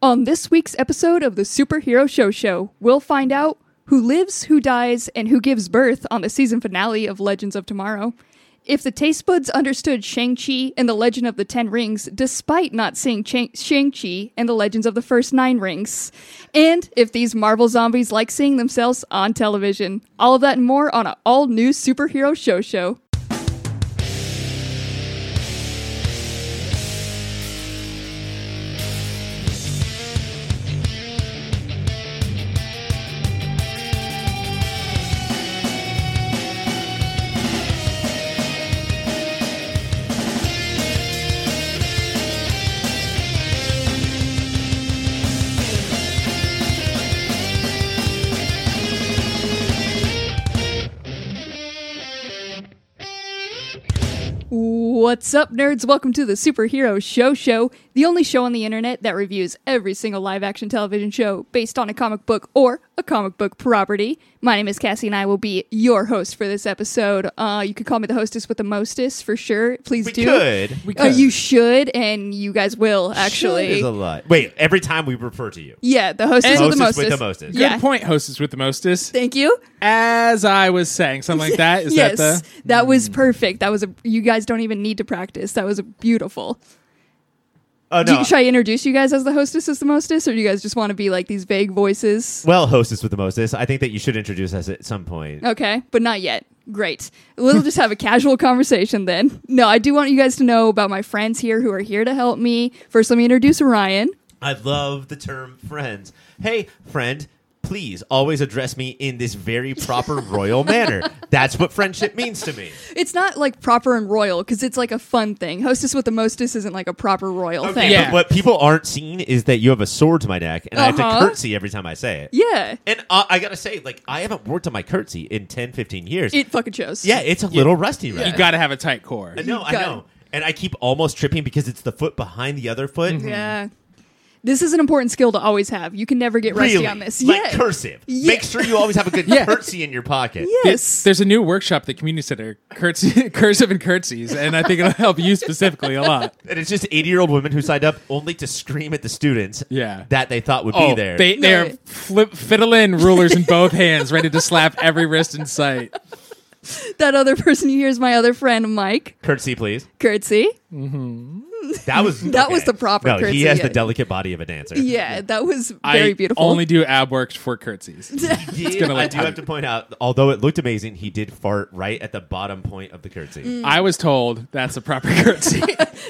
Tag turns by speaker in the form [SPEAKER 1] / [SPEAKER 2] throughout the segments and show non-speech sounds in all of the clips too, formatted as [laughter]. [SPEAKER 1] On this week's episode of the Superhero Show Show, we'll find out who lives, who dies, and who gives birth on the season finale of Legends of Tomorrow. If the taste buds understood Shang-Chi and the Legend of the Ten Rings, despite not seeing Chang- Shang-Chi and the Legends of the First Nine Rings, and if these Marvel zombies like seeing themselves on television, all of that and more on an all new superhero show show. What's up, nerds? Welcome to the Superhero Show Show, the only show on the internet that reviews every single live action television show based on a comic book or a comic book property. My name is Cassie, and I will be your host for this episode. Uh, you could call me the hostess with the mostest for sure. Please
[SPEAKER 2] We
[SPEAKER 1] do.
[SPEAKER 2] could. We
[SPEAKER 1] Uh, you should, and you guys will actually.
[SPEAKER 2] is a lot. Wait, every time we refer to you.
[SPEAKER 1] yeah, the hostess,
[SPEAKER 2] And-
[SPEAKER 1] with the
[SPEAKER 2] Hostess with
[SPEAKER 1] mostest.
[SPEAKER 2] the mostest.
[SPEAKER 1] Yeah.
[SPEAKER 2] Good
[SPEAKER 1] Yeah.
[SPEAKER 3] Good point, hostess with the mostest.
[SPEAKER 1] Thank you.
[SPEAKER 3] As I was saying, something like that. Is
[SPEAKER 1] yes,
[SPEAKER 3] that
[SPEAKER 1] that was
[SPEAKER 2] Hmm.
[SPEAKER 1] perfect. That was a. You guys don't even need to practice. That was a beautiful.
[SPEAKER 2] Oh
[SPEAKER 1] Do
[SPEAKER 2] no.
[SPEAKER 1] you, should I introduce you guys as the hostess as the mostest, or do you guys just want to be like these vague voices?
[SPEAKER 2] well, hostess with the mostest. I think that you should introduce us at some point.
[SPEAKER 1] Okay, but not yet. Great. We'll just have a casual conversation then. No, I do want you guys to know about my friends here who are here to help me. First, let me introduce Ryan.
[SPEAKER 2] I love the term friends. Hey, friend, please always address me in this very
[SPEAKER 1] [laughs]
[SPEAKER 2] proper royal manner. That's what friendship means to me.
[SPEAKER 1] It's not like proper and royal because it's like a fun thing. Hostess with the mostest isn't like a proper royal thing.
[SPEAKER 3] Yeah.
[SPEAKER 2] But what people aren't seeing is that you have a sword to my neck and I have
[SPEAKER 1] Uh-huh.
[SPEAKER 2] to curtsy every time I say it.
[SPEAKER 1] Yeah.
[SPEAKER 2] And uh, I got to say, like, I haven't worked on my curtsy in 10, 15 years.
[SPEAKER 1] It fucking shows.
[SPEAKER 2] yeah, it's a little rusty right
[SPEAKER 3] the?
[SPEAKER 2] now.
[SPEAKER 3] You got to have a tight core.
[SPEAKER 2] I know, I
[SPEAKER 1] got-
[SPEAKER 2] know. And I keep almost tripping because it's the foot behind the other foot.
[SPEAKER 3] Mm-hmm.
[SPEAKER 1] Yeah. This is an important skill to always have. You can never get rusty
[SPEAKER 2] really
[SPEAKER 1] on this.
[SPEAKER 2] like
[SPEAKER 1] yeah.
[SPEAKER 2] cursive.
[SPEAKER 1] Yeah.
[SPEAKER 2] Make sure you always have a good
[SPEAKER 3] [laughs] Yeah.
[SPEAKER 2] curtsy in your pocket.
[SPEAKER 1] Yes.
[SPEAKER 3] There's a new workshop at the community center, [laughs] curtsy, cursive and curtsies, and I think it'll help you specifically
[SPEAKER 1] [laughs]
[SPEAKER 3] a lot.
[SPEAKER 2] And it's just 80 year old women who signed up only to scream at the students
[SPEAKER 3] Yeah. Oh,
[SPEAKER 2] that they thought would be there.
[SPEAKER 3] They, they're
[SPEAKER 1] Right.
[SPEAKER 3] flip, fiddling rulers in both hands, ready to slap every wrist in sight.
[SPEAKER 1] that other [laughs] person you hear is my other friend, Mike.
[SPEAKER 2] curtsy, please.
[SPEAKER 1] Curtsy.
[SPEAKER 2] That
[SPEAKER 3] [laughs]
[SPEAKER 2] was
[SPEAKER 1] That was
[SPEAKER 2] okay.
[SPEAKER 1] the proper
[SPEAKER 2] No,
[SPEAKER 1] curtsy,
[SPEAKER 2] he has
[SPEAKER 1] yeah.
[SPEAKER 2] the delicate body of a dancer.
[SPEAKER 1] Yeah, that was [laughs] very
[SPEAKER 3] I
[SPEAKER 1] beautiful.
[SPEAKER 3] only do ab works for curtsies.
[SPEAKER 1] [laughs]
[SPEAKER 2] He-
[SPEAKER 3] gonna
[SPEAKER 2] I
[SPEAKER 3] look
[SPEAKER 2] do
[SPEAKER 3] tight.
[SPEAKER 2] have to point out, although it looked amazing, he did fart right at the bottom point of the
[SPEAKER 1] Mm,
[SPEAKER 2] curtsy.
[SPEAKER 3] I was told that's a proper
[SPEAKER 1] [laughs]
[SPEAKER 3] curtsy,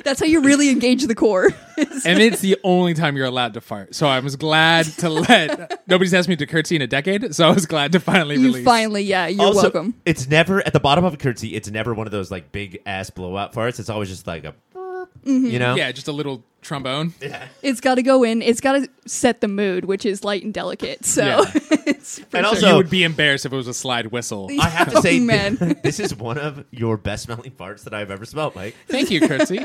[SPEAKER 1] That's how you really engage the core. [laughs]
[SPEAKER 3] [laughs] and it's the only time you're allowed to fart. So I was glad to let. [laughs] Nobody's asked me to curtsy in a decade, so I was glad to finally
[SPEAKER 1] you
[SPEAKER 3] release.
[SPEAKER 1] finally, yeah, you're
[SPEAKER 2] Also,
[SPEAKER 1] welcome.
[SPEAKER 2] It's never at the bottom of a curtsy. It's never one of those like big ass blowout farts. It's always just like a,
[SPEAKER 1] Mm-hmm.
[SPEAKER 2] you know,
[SPEAKER 3] Yeah, just a little trombone.
[SPEAKER 1] It's got to go in. It's got to set the mood, which is light and delicate. So,
[SPEAKER 3] Yeah.
[SPEAKER 1] [laughs] it's for
[SPEAKER 2] And
[SPEAKER 1] sure.
[SPEAKER 2] also-
[SPEAKER 3] you would be embarrassed if it was a slide whistle.
[SPEAKER 2] I have to
[SPEAKER 1] Oh,
[SPEAKER 2] say,
[SPEAKER 1] man.
[SPEAKER 2] th- [laughs] this is one of your best smelling farts that I've ever smelled,
[SPEAKER 3] [laughs]
[SPEAKER 2] Mike.
[SPEAKER 3] [laughs] Thank you, curtsy.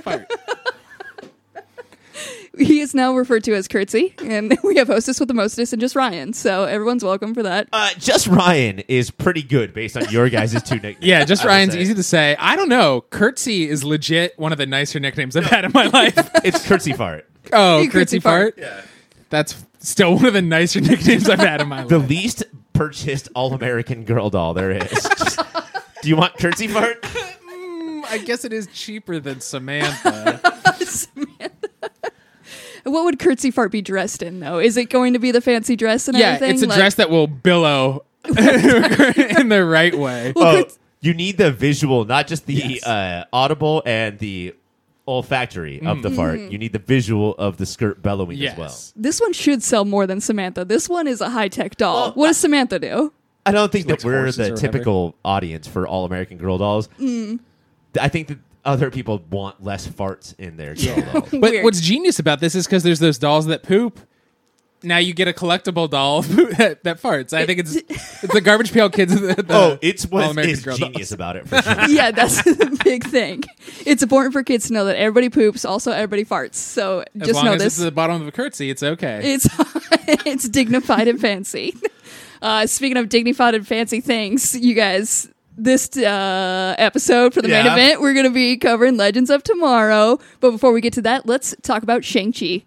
[SPEAKER 1] he is now referred to as Curtsy, and [laughs] we have hostess with the mostest and just Ryan. So everyone's welcome for that.
[SPEAKER 2] Uh, just Ryan is pretty good based on your guys'
[SPEAKER 3] [laughs]
[SPEAKER 2] two nicknames.
[SPEAKER 3] Yeah, just
[SPEAKER 2] I would
[SPEAKER 3] Ryan's
[SPEAKER 2] say.
[SPEAKER 3] easy to say. I don't know. Curtsy is legit one of the nicer nicknames I've had in my [laughs] life.
[SPEAKER 2] [laughs] It's curtsy fart.
[SPEAKER 3] Oh,
[SPEAKER 1] You curtsy
[SPEAKER 3] curtsy
[SPEAKER 1] fart.
[SPEAKER 3] fart. Yeah. That's still one of the nicer [laughs] nicknames I've had in my
[SPEAKER 2] The
[SPEAKER 3] life.
[SPEAKER 2] least purchased all American girl doll there is.
[SPEAKER 3] [laughs]
[SPEAKER 2] Just- do you want curtsy fart?
[SPEAKER 3] I guess it is cheaper than Samantha.
[SPEAKER 1] What would Curtsy Fart be dressed in, though? Is it going to be the fancy dress and
[SPEAKER 3] [laughs] yeah,
[SPEAKER 1] everything?
[SPEAKER 3] it's a
[SPEAKER 1] Like-
[SPEAKER 3] dress that will billow [laughs] in the right way.
[SPEAKER 1] Well,
[SPEAKER 2] Oh,
[SPEAKER 1] curts-
[SPEAKER 2] you need the visual, not just the
[SPEAKER 3] Yes.
[SPEAKER 2] uh, audible and the olfactory of the fart. You need the visual of the skirt bellowing
[SPEAKER 3] Mm-hmm. Yes.
[SPEAKER 2] as well.
[SPEAKER 1] this one should sell more than Samantha. This one is a high tech doll.
[SPEAKER 2] Well,
[SPEAKER 1] what does Samantha do?
[SPEAKER 2] I don't think that
[SPEAKER 3] likes
[SPEAKER 2] we're
[SPEAKER 3] horses
[SPEAKER 2] the
[SPEAKER 3] or whatever.
[SPEAKER 2] typical audience for All American Girl Dolls.
[SPEAKER 3] Mm.
[SPEAKER 2] I think that other people want less farts in their girl
[SPEAKER 3] [laughs]
[SPEAKER 2] doll.
[SPEAKER 3] But
[SPEAKER 1] Weird.
[SPEAKER 3] what's genius about this is because there's those dolls that poop. Now you get a collectible doll [laughs] that, that farts. I think it's it's the garbage pail kids. of The, the
[SPEAKER 2] Oh, it's
[SPEAKER 3] All
[SPEAKER 2] what
[SPEAKER 3] American
[SPEAKER 2] is
[SPEAKER 3] Girl
[SPEAKER 2] genius
[SPEAKER 3] dolls.
[SPEAKER 2] about it for
[SPEAKER 3] [laughs]
[SPEAKER 2] sure.
[SPEAKER 1] yeah, that's [laughs] the big thing. It's important for kids to know that everybody poops, also everybody farts. So
[SPEAKER 3] As
[SPEAKER 1] just
[SPEAKER 3] long
[SPEAKER 1] know
[SPEAKER 3] as
[SPEAKER 1] this.
[SPEAKER 3] it's at the bottom of a curtsy, it's okay.
[SPEAKER 1] It's [laughs] it's dignified and fancy. [laughs] Uh, speaking of dignified and fancy things, you guys, this uh, episode for the main
[SPEAKER 2] Yeah.
[SPEAKER 1] event, we're going to be covering Legends of Tomorrow. But before we get to that, let's talk about Shang Chi.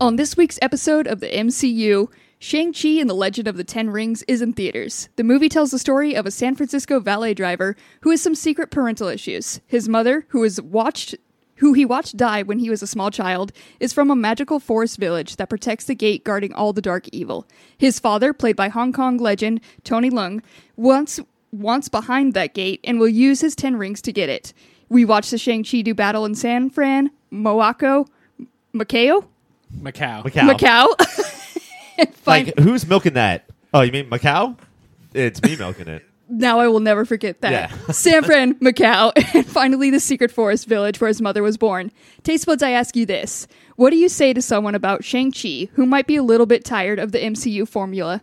[SPEAKER 1] On this week's episode of the MCU, Shang-Chi and the Legend of the Ten Rings is in theaters. The movie tells the story of a San Francisco valet driver who has some secret parental issues. His mother, who is watched who he watched die when he was a small child, is from a magical forest village that protects the gate guarding all the dark evil. His father, played by Hong Kong legend Tony Leung, once once behind that gate and will use his ten rings to get it. We watch the Shang-Chi do battle in San Fran, Moaco, Macao?
[SPEAKER 3] Macau.
[SPEAKER 2] Macau.
[SPEAKER 1] Macau. And find-
[SPEAKER 2] Like, who's milking that? Oh, you mean Macau? It's me milking
[SPEAKER 3] [laughs]
[SPEAKER 2] it.
[SPEAKER 1] now I will never forget that.
[SPEAKER 2] Yeah.
[SPEAKER 1] San Fran, Macau, [laughs] and finally the secret forest village where his mother was born. Taste buds, I ask you this. What do you say to someone about Shang-Chi who might be a little bit tired of the MCU formula?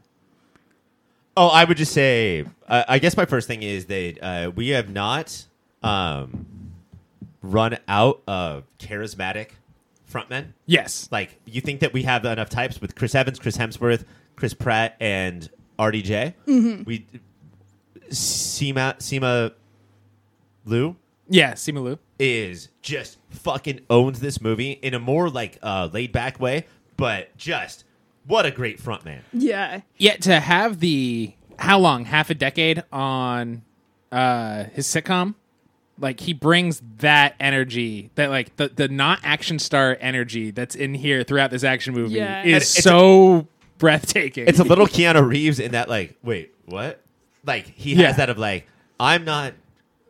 [SPEAKER 2] Oh, I would just say, uh, I guess my first thing is that uh, we have not um, run out of charismatic frontmen.
[SPEAKER 3] Yes.
[SPEAKER 2] Like, you think that we have enough types with Chris Evans, Chris Hemsworth, Chris Pratt, and RDJ?
[SPEAKER 3] Mm-hmm.
[SPEAKER 2] We Seema Seema Lou
[SPEAKER 3] Yeah, Simalu.
[SPEAKER 2] is just fucking owns this movie in a more like uh, laid back way, but just what a great
[SPEAKER 3] [laughs]
[SPEAKER 2] frontman.
[SPEAKER 1] Yeah.
[SPEAKER 3] Yet to have the how long? Half a decade on uh his sitcom? Like he brings that energy, that like the the not action star energy that's in here throughout this action movie
[SPEAKER 1] Yeah.
[SPEAKER 3] is
[SPEAKER 1] And
[SPEAKER 2] it's
[SPEAKER 3] so breathtaking.
[SPEAKER 2] It's a little Keanu Reeves in that like, wait, what? Like he
[SPEAKER 3] Yeah.
[SPEAKER 2] has that of like, I'm not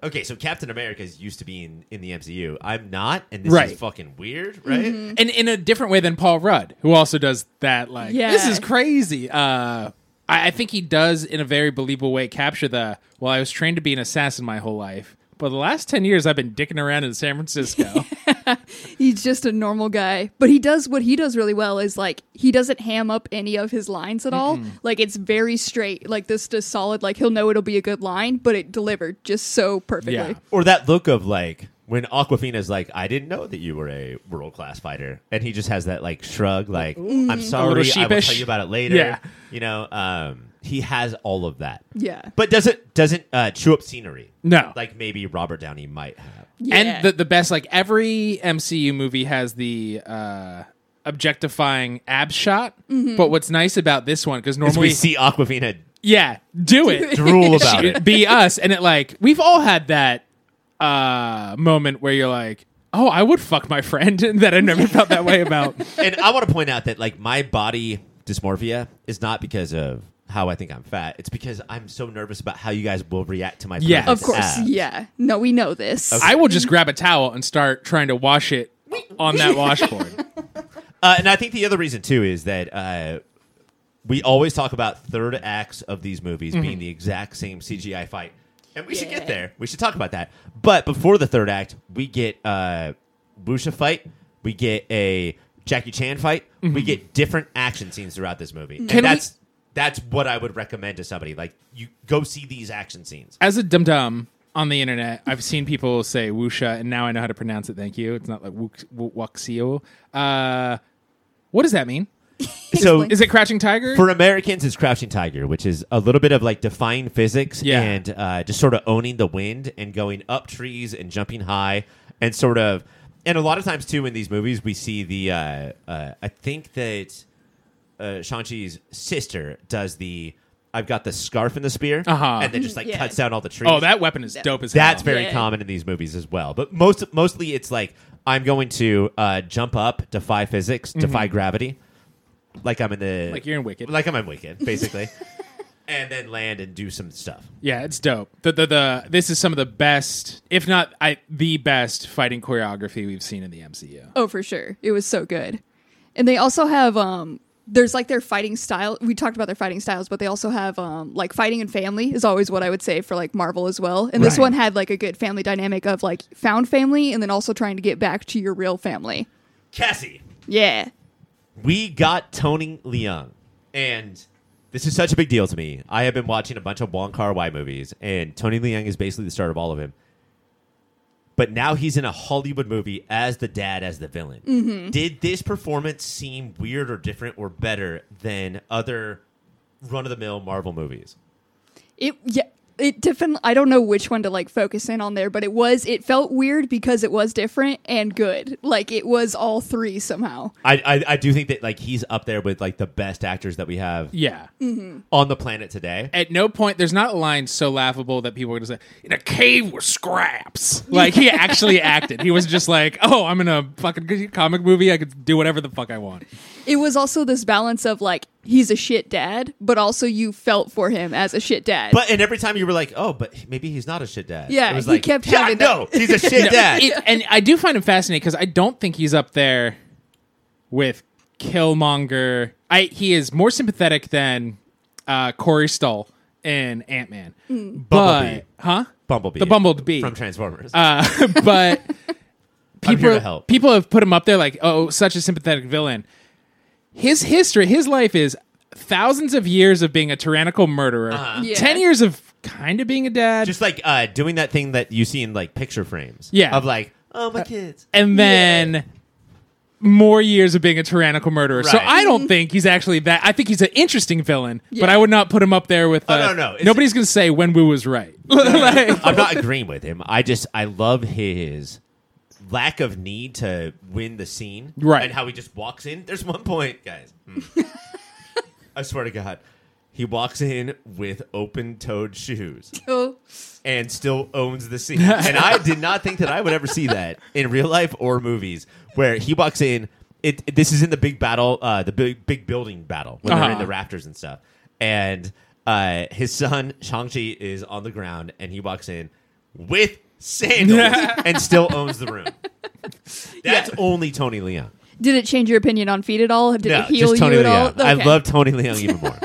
[SPEAKER 2] okay. So Captain America is used to being in the MCU. I'm not, and this
[SPEAKER 3] Right. Mm-hmm.
[SPEAKER 2] is fucking weird, right?
[SPEAKER 3] and in a different way than Paul Rudd, who also does that. Like,
[SPEAKER 1] Yeah.
[SPEAKER 3] this is crazy. Uh, I, I think he does in a very believable way capture the. Well, I was trained to be an assassin my whole life, but the last ten years I've been dicking around in San Francisco.
[SPEAKER 1] He's just a normal guy. But he does what he does really well is like he doesn't ham up any of his lines at all. Like it's very straight. Like this just solid, like he'll know it'll be a good line, but it delivered just so perfectly.
[SPEAKER 3] [laughs] Yeah.
[SPEAKER 2] Or that look of like when Aquafina's like, I didn't know that you were a world class fighter, and he just has that like shrug, like I'm sorry, I will
[SPEAKER 3] sheepish.
[SPEAKER 2] tell you about it later.
[SPEAKER 3] Yeah.
[SPEAKER 2] you know, um, he has all of that.
[SPEAKER 1] Yeah.
[SPEAKER 2] but doesn't doesn't uh, chew up scenery.
[SPEAKER 3] No.
[SPEAKER 2] like maybe Robert Downey might have.
[SPEAKER 1] Yeah.
[SPEAKER 3] And the the best, like every MCU movie has the. Uh, objectifying ab shot but what's nice about this one because
[SPEAKER 2] As
[SPEAKER 3] normally
[SPEAKER 2] we see Aquafina
[SPEAKER 3] yeah do it
[SPEAKER 2] drool about it.
[SPEAKER 3] be us and it like we've all had that uh moment where you're like oh i would fuck my friend [laughs] that i never felt that way about
[SPEAKER 2] and I want to point out that like my body dysmorphia is not because of how I think I'm fat. It's because I'm so nervous about how you guys will react to my
[SPEAKER 3] Yeah.
[SPEAKER 1] of
[SPEAKER 2] presence.
[SPEAKER 1] course,
[SPEAKER 2] Ah.
[SPEAKER 1] yeah. No, we know this.
[SPEAKER 3] i will just grab a towel and start trying to wash it on
[SPEAKER 2] [laughs]
[SPEAKER 3] that washboard
[SPEAKER 2] Uh, and I think the other reason too is that uh, we always talk about third acts of these movies
[SPEAKER 3] Mm-hmm.
[SPEAKER 2] being the exact same CGI fight, and we should
[SPEAKER 1] Yeah.
[SPEAKER 2] get there. We should talk about that. But before the third act, we get uh, Busha fight, we get a Jackie Chan fight, we get different action scenes throughout this movie,
[SPEAKER 3] Mm-hmm. Can
[SPEAKER 2] and
[SPEAKER 3] we-
[SPEAKER 2] that's that's what I would recommend to somebody. Like you go see these action scenes.
[SPEAKER 3] as a dum dum on the internet i've seen people say wusha and now i know how to pronounce it thank you it's not like wux- w- wuxio uh what does that mean
[SPEAKER 2] So
[SPEAKER 3] is it crouching tiger
[SPEAKER 2] for Americans, it's Crouching Tiger, which is a little bit of like defying physics
[SPEAKER 3] Yeah.
[SPEAKER 2] and uh, just sort of owning the wind and going up trees and jumping high and sort of. And a lot of times too in these movies, we see the. Uh, uh, I think that uh, Shang-Chi's sister does the. I've got the scarf and the spear,
[SPEAKER 3] Uh-huh.
[SPEAKER 2] and then just like
[SPEAKER 1] Yeah.
[SPEAKER 2] cuts down all the trees.
[SPEAKER 3] oh that weapon is dope as hell
[SPEAKER 2] That's very
[SPEAKER 1] Yeah.
[SPEAKER 2] common in these movies as well. But most mostly it's like I'm going to uh, jump up, defy physics, defy gravity. Like I'm in the
[SPEAKER 3] Mm-hmm. Like you're in Wicked.
[SPEAKER 2] Like I'm in Wicked, basically. [laughs] and then land and do some stuff.
[SPEAKER 3] Yeah, it's dope. The, the the this is some of the best, if not I the best fighting choreography we've seen in the MCU.
[SPEAKER 1] Oh, for sure. It was so good. And they also have um there's like their fighting style. We talked about their fighting styles, but they also have um like fighting and family is always what I would say for like Marvel as well. And this
[SPEAKER 3] Right.
[SPEAKER 1] one had like a good family dynamic of like found family and then also trying to get back to your real family.
[SPEAKER 2] Cassie,
[SPEAKER 1] Yeah.
[SPEAKER 2] we got Tony Leung, and this is such a big deal to me. I have been watching a bunch of Wong Kar Wai movies, and Tony Leung is basically the start of all of them. But now he's in a Hollywood movie as the dad, as the villain.
[SPEAKER 1] Mm-hmm.
[SPEAKER 2] Did this performance seem weird or different or better than other run of the mill Marvel movies?
[SPEAKER 1] It yeah it different. I don't know which one to like focus in on there, but it was. It felt weird because it was different and good. Like it was all three somehow.
[SPEAKER 2] I, I I do think that like he's up there with like the best actors that we have
[SPEAKER 3] Yeah.
[SPEAKER 2] on the planet today.
[SPEAKER 3] At no point there's not a line so laughable that people are gonna say, in a cave with scraps. Like he actually acted. He was just like, Oh, I'm in a fucking comic movie, I could do whatever the fuck I want.
[SPEAKER 1] It was also this balance of like he's a shit dad, but also you felt for him as a shit dad.
[SPEAKER 2] But and every time you were like, oh, but maybe he's not a shit dad.
[SPEAKER 1] Yeah,
[SPEAKER 2] it was
[SPEAKER 1] he
[SPEAKER 2] like,
[SPEAKER 1] kept
[SPEAKER 2] yeah,
[SPEAKER 1] having
[SPEAKER 2] no,
[SPEAKER 1] that-
[SPEAKER 2] he's
[SPEAKER 1] [laughs]
[SPEAKER 2] a shit dad.
[SPEAKER 3] It- and I do find him fascinating because I don't think he's up there with Killmonger. I he is more sympathetic than uh, Corey Stoll in Ant Man,
[SPEAKER 2] Bumblebee.
[SPEAKER 3] but huh?
[SPEAKER 2] Bumblebee,
[SPEAKER 3] The Bumblebee.
[SPEAKER 2] from Transformers.
[SPEAKER 3] Uh, but
[SPEAKER 2] [laughs] I'm here
[SPEAKER 3] people
[SPEAKER 2] to help.
[SPEAKER 3] people have put him up there like oh such a sympathetic villain. His history, his life is thousands of years of being a tyrannical murderer,
[SPEAKER 1] Yeah.
[SPEAKER 3] ten years of kind of being a dad,
[SPEAKER 2] Uh-huh. Just like uh, doing that thing that you see in like picture frames.
[SPEAKER 3] Yeah. Uh,
[SPEAKER 2] of like, oh my
[SPEAKER 3] [laughs]
[SPEAKER 2] kids.
[SPEAKER 3] and then more years of being a tyrannical murderer. So
[SPEAKER 2] Right.
[SPEAKER 3] I don't think he's actually that. I think he's an interesting villain, but
[SPEAKER 1] Yeah.
[SPEAKER 3] I would not put him up there with. Uh,
[SPEAKER 2] Oh, no, no. It's-
[SPEAKER 3] Nobody's going to say when Wu
[SPEAKER 2] [laughs]
[SPEAKER 3] was right. Like,
[SPEAKER 2] I'm not agreeing with him. I just I love his lack of need to win the scene.
[SPEAKER 3] Right.
[SPEAKER 2] And how he just walks in. There's one point, guys. Hmm.
[SPEAKER 3] [laughs]
[SPEAKER 2] I swear to God. He walks in with open toed shoes
[SPEAKER 1] Oh,
[SPEAKER 2] and still owns
[SPEAKER 1] [laughs]
[SPEAKER 2] the scene. and I did not think that I would ever see that in real life or movies where he walks in. It, this is in the big battle, uh, the big big building battle when they're in
[SPEAKER 3] Uh-huh.
[SPEAKER 2] the rafters and stuff. And uh, his son Shang-Chi is on the ground and he walks in with
[SPEAKER 1] [laughs]
[SPEAKER 2] sandals and still owns the room. That's only Tony Leon.
[SPEAKER 1] did it change your opinion on feet at all? Did
[SPEAKER 2] No,
[SPEAKER 1] it heal
[SPEAKER 2] just Tony
[SPEAKER 1] you at all?
[SPEAKER 2] Leon. I
[SPEAKER 1] Okay.
[SPEAKER 2] love Tony Leon even
[SPEAKER 1] [laughs]
[SPEAKER 2] more.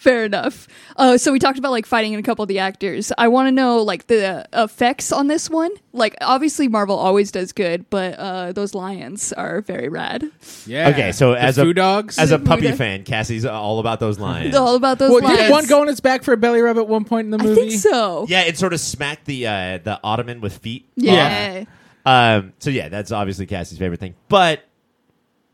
[SPEAKER 1] Fair enough. Uh, so we talked about like fighting in a couple of the actors. I want to know like the effects on this one. Like obviously Marvel always does good, but uh, those lions are very rad.
[SPEAKER 3] yeah.
[SPEAKER 2] Okay, so
[SPEAKER 3] The
[SPEAKER 2] as
[SPEAKER 3] Foo
[SPEAKER 2] a
[SPEAKER 3] dogs,
[SPEAKER 2] as a
[SPEAKER 1] Food
[SPEAKER 2] puppy
[SPEAKER 1] dog.
[SPEAKER 2] fan, Cassie's all about those lines.
[SPEAKER 1] All about those
[SPEAKER 3] well,
[SPEAKER 1] lions.
[SPEAKER 3] did one go on its back for a belly rub at one point in the
[SPEAKER 1] I
[SPEAKER 3] movie?
[SPEAKER 1] think so.
[SPEAKER 2] Yeah, it sort of smacked the uh, the ottoman with feet.
[SPEAKER 1] Yeah.
[SPEAKER 2] Um, so yeah, that's obviously Cassie's favorite thing. But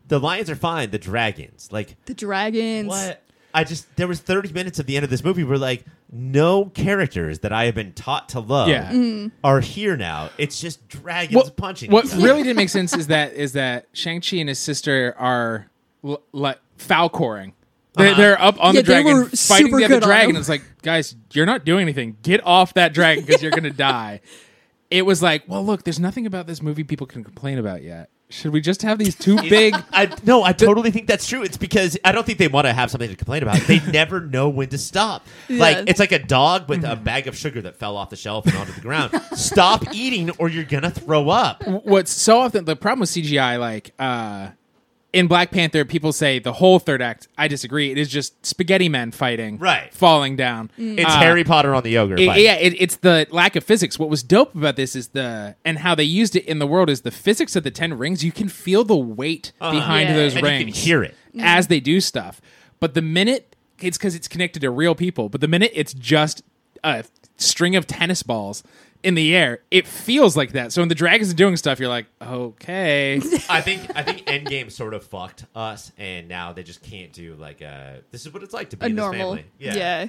[SPEAKER 2] the lions are fine. The dragons, like
[SPEAKER 1] The dragons.
[SPEAKER 2] what? I just there was thirty minutes at the end of this movie where like no characters that I have been taught to love
[SPEAKER 3] Yeah.
[SPEAKER 2] are here now. It's just dragons
[SPEAKER 3] what,
[SPEAKER 2] punching.
[SPEAKER 3] what
[SPEAKER 2] each other.
[SPEAKER 3] really didn't make sense is that is that Shang Chi and his sister are l- like falcoring. They're,
[SPEAKER 2] Uh-huh.
[SPEAKER 3] they're up on
[SPEAKER 1] Yeah,
[SPEAKER 3] the
[SPEAKER 1] they
[SPEAKER 3] dragon
[SPEAKER 1] were
[SPEAKER 3] fighting
[SPEAKER 1] super
[SPEAKER 3] the other
[SPEAKER 1] good on
[SPEAKER 3] dragon.
[SPEAKER 1] them.
[SPEAKER 3] It's like, guys, you're not doing anything. Get off that dragon because
[SPEAKER 2] [laughs]
[SPEAKER 3] you're gonna die. It was like, well, look, there's nothing about this movie people can complain about yet. Should we just have
[SPEAKER 2] [laughs]
[SPEAKER 3] these two big?
[SPEAKER 2] I no, I totally think that's true. It's because I don't think they want to have something to complain about. They never know when to stop.
[SPEAKER 1] Yeah.
[SPEAKER 2] Like it's like a dog with
[SPEAKER 3] Mm-hmm.
[SPEAKER 2] a bag of sugar that fell off the shelf and onto the ground. stop eating, or you're gonna throw up.
[SPEAKER 3] what's so often the problem with CGI, like uh, in Black Panther, people say the whole third act. I disagree. It is just spaghetti men fighting,
[SPEAKER 2] Right.
[SPEAKER 3] falling down.
[SPEAKER 2] It's Harry Potter on the ogre.
[SPEAKER 3] Uh, It-
[SPEAKER 2] fight.
[SPEAKER 3] yeah, it, it's the lack of physics. What was dope about this is the and how they used it in the world is the physics of the ten rings. You can feel the weight behind
[SPEAKER 1] Yeah. Mm-hmm.
[SPEAKER 3] those
[SPEAKER 2] Uh-huh. and
[SPEAKER 3] rings
[SPEAKER 2] you can hear it.
[SPEAKER 3] as they do stuff. But the minute it's because it's connected to real people. But the minute it's just a string of tennis balls in the air, it feels like that. So when the dragons are doing stuff, you're like, okay,
[SPEAKER 1] [laughs]
[SPEAKER 2] I think I think Endgame sort of fucked us, and now they just can't do like a. This is what it's like to be
[SPEAKER 1] A
[SPEAKER 2] in
[SPEAKER 1] normal.
[SPEAKER 2] this family.
[SPEAKER 1] Yeah.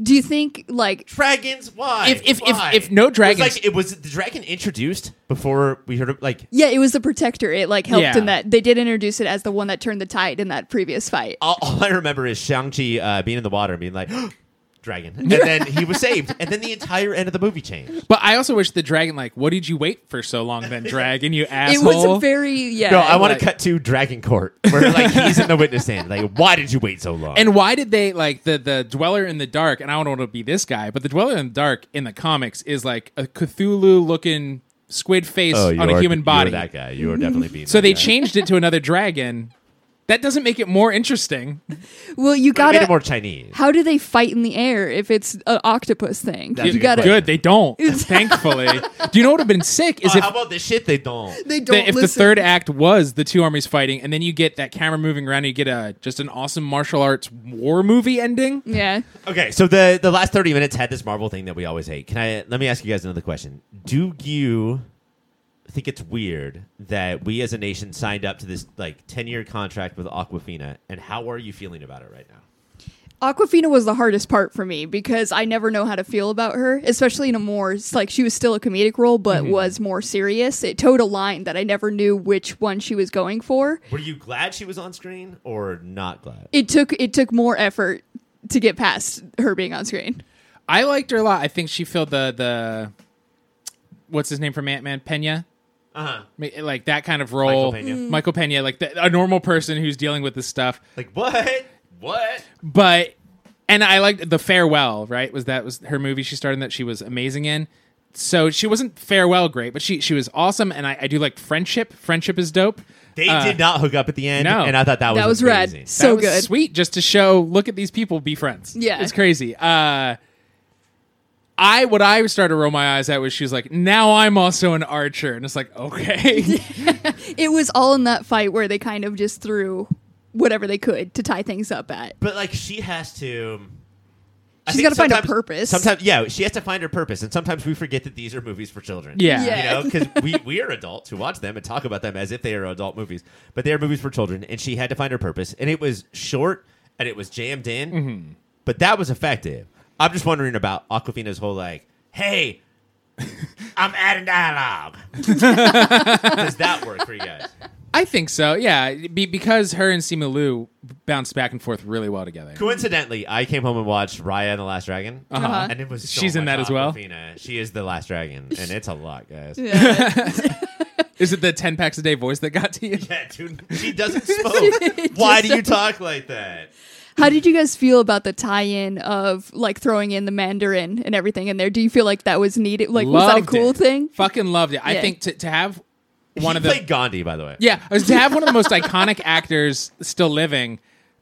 [SPEAKER 1] Do you think like
[SPEAKER 2] Dragons? Why?
[SPEAKER 3] If- if- if-
[SPEAKER 2] Why?
[SPEAKER 3] if no
[SPEAKER 2] It was
[SPEAKER 3] dragons-
[SPEAKER 2] like it was the dragon introduced before we heard of like.
[SPEAKER 1] yeah, it was the protector. It like helped
[SPEAKER 3] Yeah.
[SPEAKER 1] in that they did introduce it as the one that turned the tide in that previous fight.
[SPEAKER 2] All, all I remember is Shang Chi uh, being in the water and being like, [gasps] "Dragon,"
[SPEAKER 3] [laughs]
[SPEAKER 2] and then he was saved, and then the entire end of the movie changed.
[SPEAKER 3] but I also wish the dragon like, what did you wait for so long then, dragon? You
[SPEAKER 1] It
[SPEAKER 3] asshole.
[SPEAKER 1] was very yeah.
[SPEAKER 2] No, I want
[SPEAKER 3] like-
[SPEAKER 2] to cut to Dragon Court where like he's in the witness stand. Like, why did you wait so long?
[SPEAKER 3] And why did they like the the dweller in the dark? And I don't want to be this guy, but the dweller in the dark in the comics is like a Cthulhu looking squid face
[SPEAKER 2] you
[SPEAKER 3] on
[SPEAKER 2] are-
[SPEAKER 3] a human
[SPEAKER 2] you are
[SPEAKER 3] body.
[SPEAKER 2] Oh, that guy, you are definitely being.
[SPEAKER 3] So
[SPEAKER 2] that
[SPEAKER 3] they
[SPEAKER 2] guy.
[SPEAKER 3] changed it to another dragon. That doesn't make it more interesting.
[SPEAKER 1] well, you
[SPEAKER 2] They
[SPEAKER 1] got
[SPEAKER 2] made
[SPEAKER 1] to
[SPEAKER 2] it more Chinese.
[SPEAKER 1] How do they fight in the air if it's an octopus thing?
[SPEAKER 2] That's a
[SPEAKER 1] you
[SPEAKER 2] good
[SPEAKER 1] gotta.
[SPEAKER 2] question.
[SPEAKER 3] Good, they
[SPEAKER 1] [laughs]
[SPEAKER 3] don't. Thankfully, do you know what would have been sick is
[SPEAKER 2] Uh,
[SPEAKER 3] if
[SPEAKER 2] how about this shit they don't?
[SPEAKER 1] They
[SPEAKER 3] the-
[SPEAKER 1] don't
[SPEAKER 3] if the
[SPEAKER 1] listen.
[SPEAKER 3] third act was the two armies fighting, and then you get that camera moving around, and you get a just an awesome martial arts war movie ending.
[SPEAKER 1] Yeah.
[SPEAKER 2] Okay, so the the last thirty minutes had this Marvel thing that we always hate. Can I let me ask you guys another question? Do you think it's weird that we as a nation signed up to this like ten year contract with Aquafina, and how are you feeling about it right now?
[SPEAKER 1] Aquafina was the hardest part for me because I never know how to feel about her, especially in a more it's like she was still a comedic role but
[SPEAKER 3] Mm-hmm.
[SPEAKER 1] was more serious. It towed a line that I never knew which one she was going for.
[SPEAKER 2] Were you glad she was on screen or not glad?
[SPEAKER 1] It took it took more effort to get past her being on screen.
[SPEAKER 3] I liked her a lot. I think she filled the the what's his name from Ant Man Pena.
[SPEAKER 2] Uh huh.
[SPEAKER 3] Ma- Like that kind of role,
[SPEAKER 2] Michael Peña. Mm.
[SPEAKER 3] Michael Pena, like the, a normal person who's dealing with this stuff.
[SPEAKER 2] Like what? What?
[SPEAKER 3] but and I liked the farewell. Right, was that was her movie she starred in that she was amazing in. So she wasn't farewell great, but she she was awesome, and I, I do like friendship. Friendship is dope.
[SPEAKER 2] They
[SPEAKER 3] Uh,
[SPEAKER 2] did not hook up at the end,
[SPEAKER 3] no.
[SPEAKER 2] and I thought that was
[SPEAKER 1] That was rad.
[SPEAKER 2] amazing.
[SPEAKER 1] So
[SPEAKER 3] that was
[SPEAKER 1] good.
[SPEAKER 3] sweet just to show. Look at these people be friends.
[SPEAKER 1] Yeah.
[SPEAKER 3] it's crazy. Uh, I what I started to roll my eyes at was she was like, now I'm also an archer, and it's like
[SPEAKER 1] [laughs]
[SPEAKER 3] okay, [laughs]
[SPEAKER 1] It was all in that fight where they kind of just threw whatever they could to tie things up at.
[SPEAKER 2] But like she has to. I
[SPEAKER 1] She's
[SPEAKER 2] think
[SPEAKER 1] gotta find a
[SPEAKER 2] sometimes-
[SPEAKER 1] purpose.
[SPEAKER 2] Sometimes, yeah, she has to find her purpose, and sometimes we forget that these are movies for children.
[SPEAKER 3] Yeah.
[SPEAKER 1] Yeah.
[SPEAKER 3] [laughs]
[SPEAKER 2] [laughs] you know, because we we are adults who watch them and talk about them as if they are adult movies, but they are movies for children, and she had to find her purpose, and it was short and it was jammed in,
[SPEAKER 3] Mm-hmm.
[SPEAKER 2] but that was effective. I'm just wondering about Aquafina's whole like, hey, [laughs] I'm adding dialogue. [laughs] Does that work for you guys?
[SPEAKER 3] I think so. Yeah, be, because her and Simu Liu bounced back and forth really well together.
[SPEAKER 2] Coincidentally, I came home and watched Raya and the Last Dragon,
[SPEAKER 1] Uh-huh.
[SPEAKER 2] and it was so
[SPEAKER 3] She's in
[SPEAKER 2] much
[SPEAKER 3] that as well?
[SPEAKER 2] Awkwafina. She is the Last Dragon, and it's a lot, guys. Yeah,
[SPEAKER 1] Yeah.
[SPEAKER 3] Is it the ten packs a day voice that
[SPEAKER 1] [laughs]
[SPEAKER 3] got to you?
[SPEAKER 2] dude, she doesn't smoke. Why do you talk like that?
[SPEAKER 1] How did you guys feel about the tie-in of like throwing in the Mandarin and everything in there? Do you feel like that was needed? Like, was that a
[SPEAKER 3] Loved
[SPEAKER 1] cool
[SPEAKER 3] it.
[SPEAKER 1] thing?
[SPEAKER 3] Fucking loved it. I
[SPEAKER 1] Yeah.
[SPEAKER 3] think to, to have one
[SPEAKER 2] She
[SPEAKER 3] of the
[SPEAKER 2] played Gandhi, by the way.
[SPEAKER 3] yeah I was- to have one of the most iconic actors still living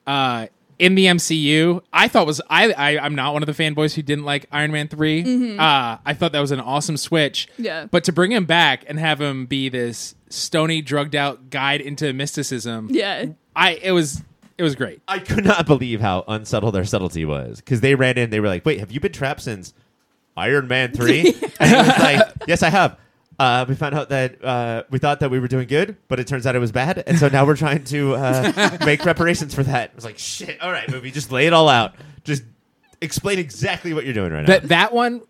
[SPEAKER 3] uh, in the MCU. I thought was I, I I'm not one of the fanboys who didn't like Iron Man 3 Uh, I thought that was an awesome switch.
[SPEAKER 1] Mm-hmm. Yeah.
[SPEAKER 3] but to bring him back and have him be this stony, drugged out guide into mysticism.
[SPEAKER 1] Yeah.
[SPEAKER 3] I it was it was great.
[SPEAKER 2] I could not believe how unsubtle their subtlety was because they ran in. They were like, "Wait, have you been trapped since Iron Man
[SPEAKER 3] [laughs]
[SPEAKER 2] 3? And he was like, "Yes, I have." Uh, we found out that uh, we thought that we were doing good, but it turns out it was bad, and so now we're trying to
[SPEAKER 3] [laughs]
[SPEAKER 2] uh, make reparations for that. It was like, "Shit! All right, movie, just lay it all out. Just explain exactly what you're doing right
[SPEAKER 3] that
[SPEAKER 2] now."
[SPEAKER 3] that one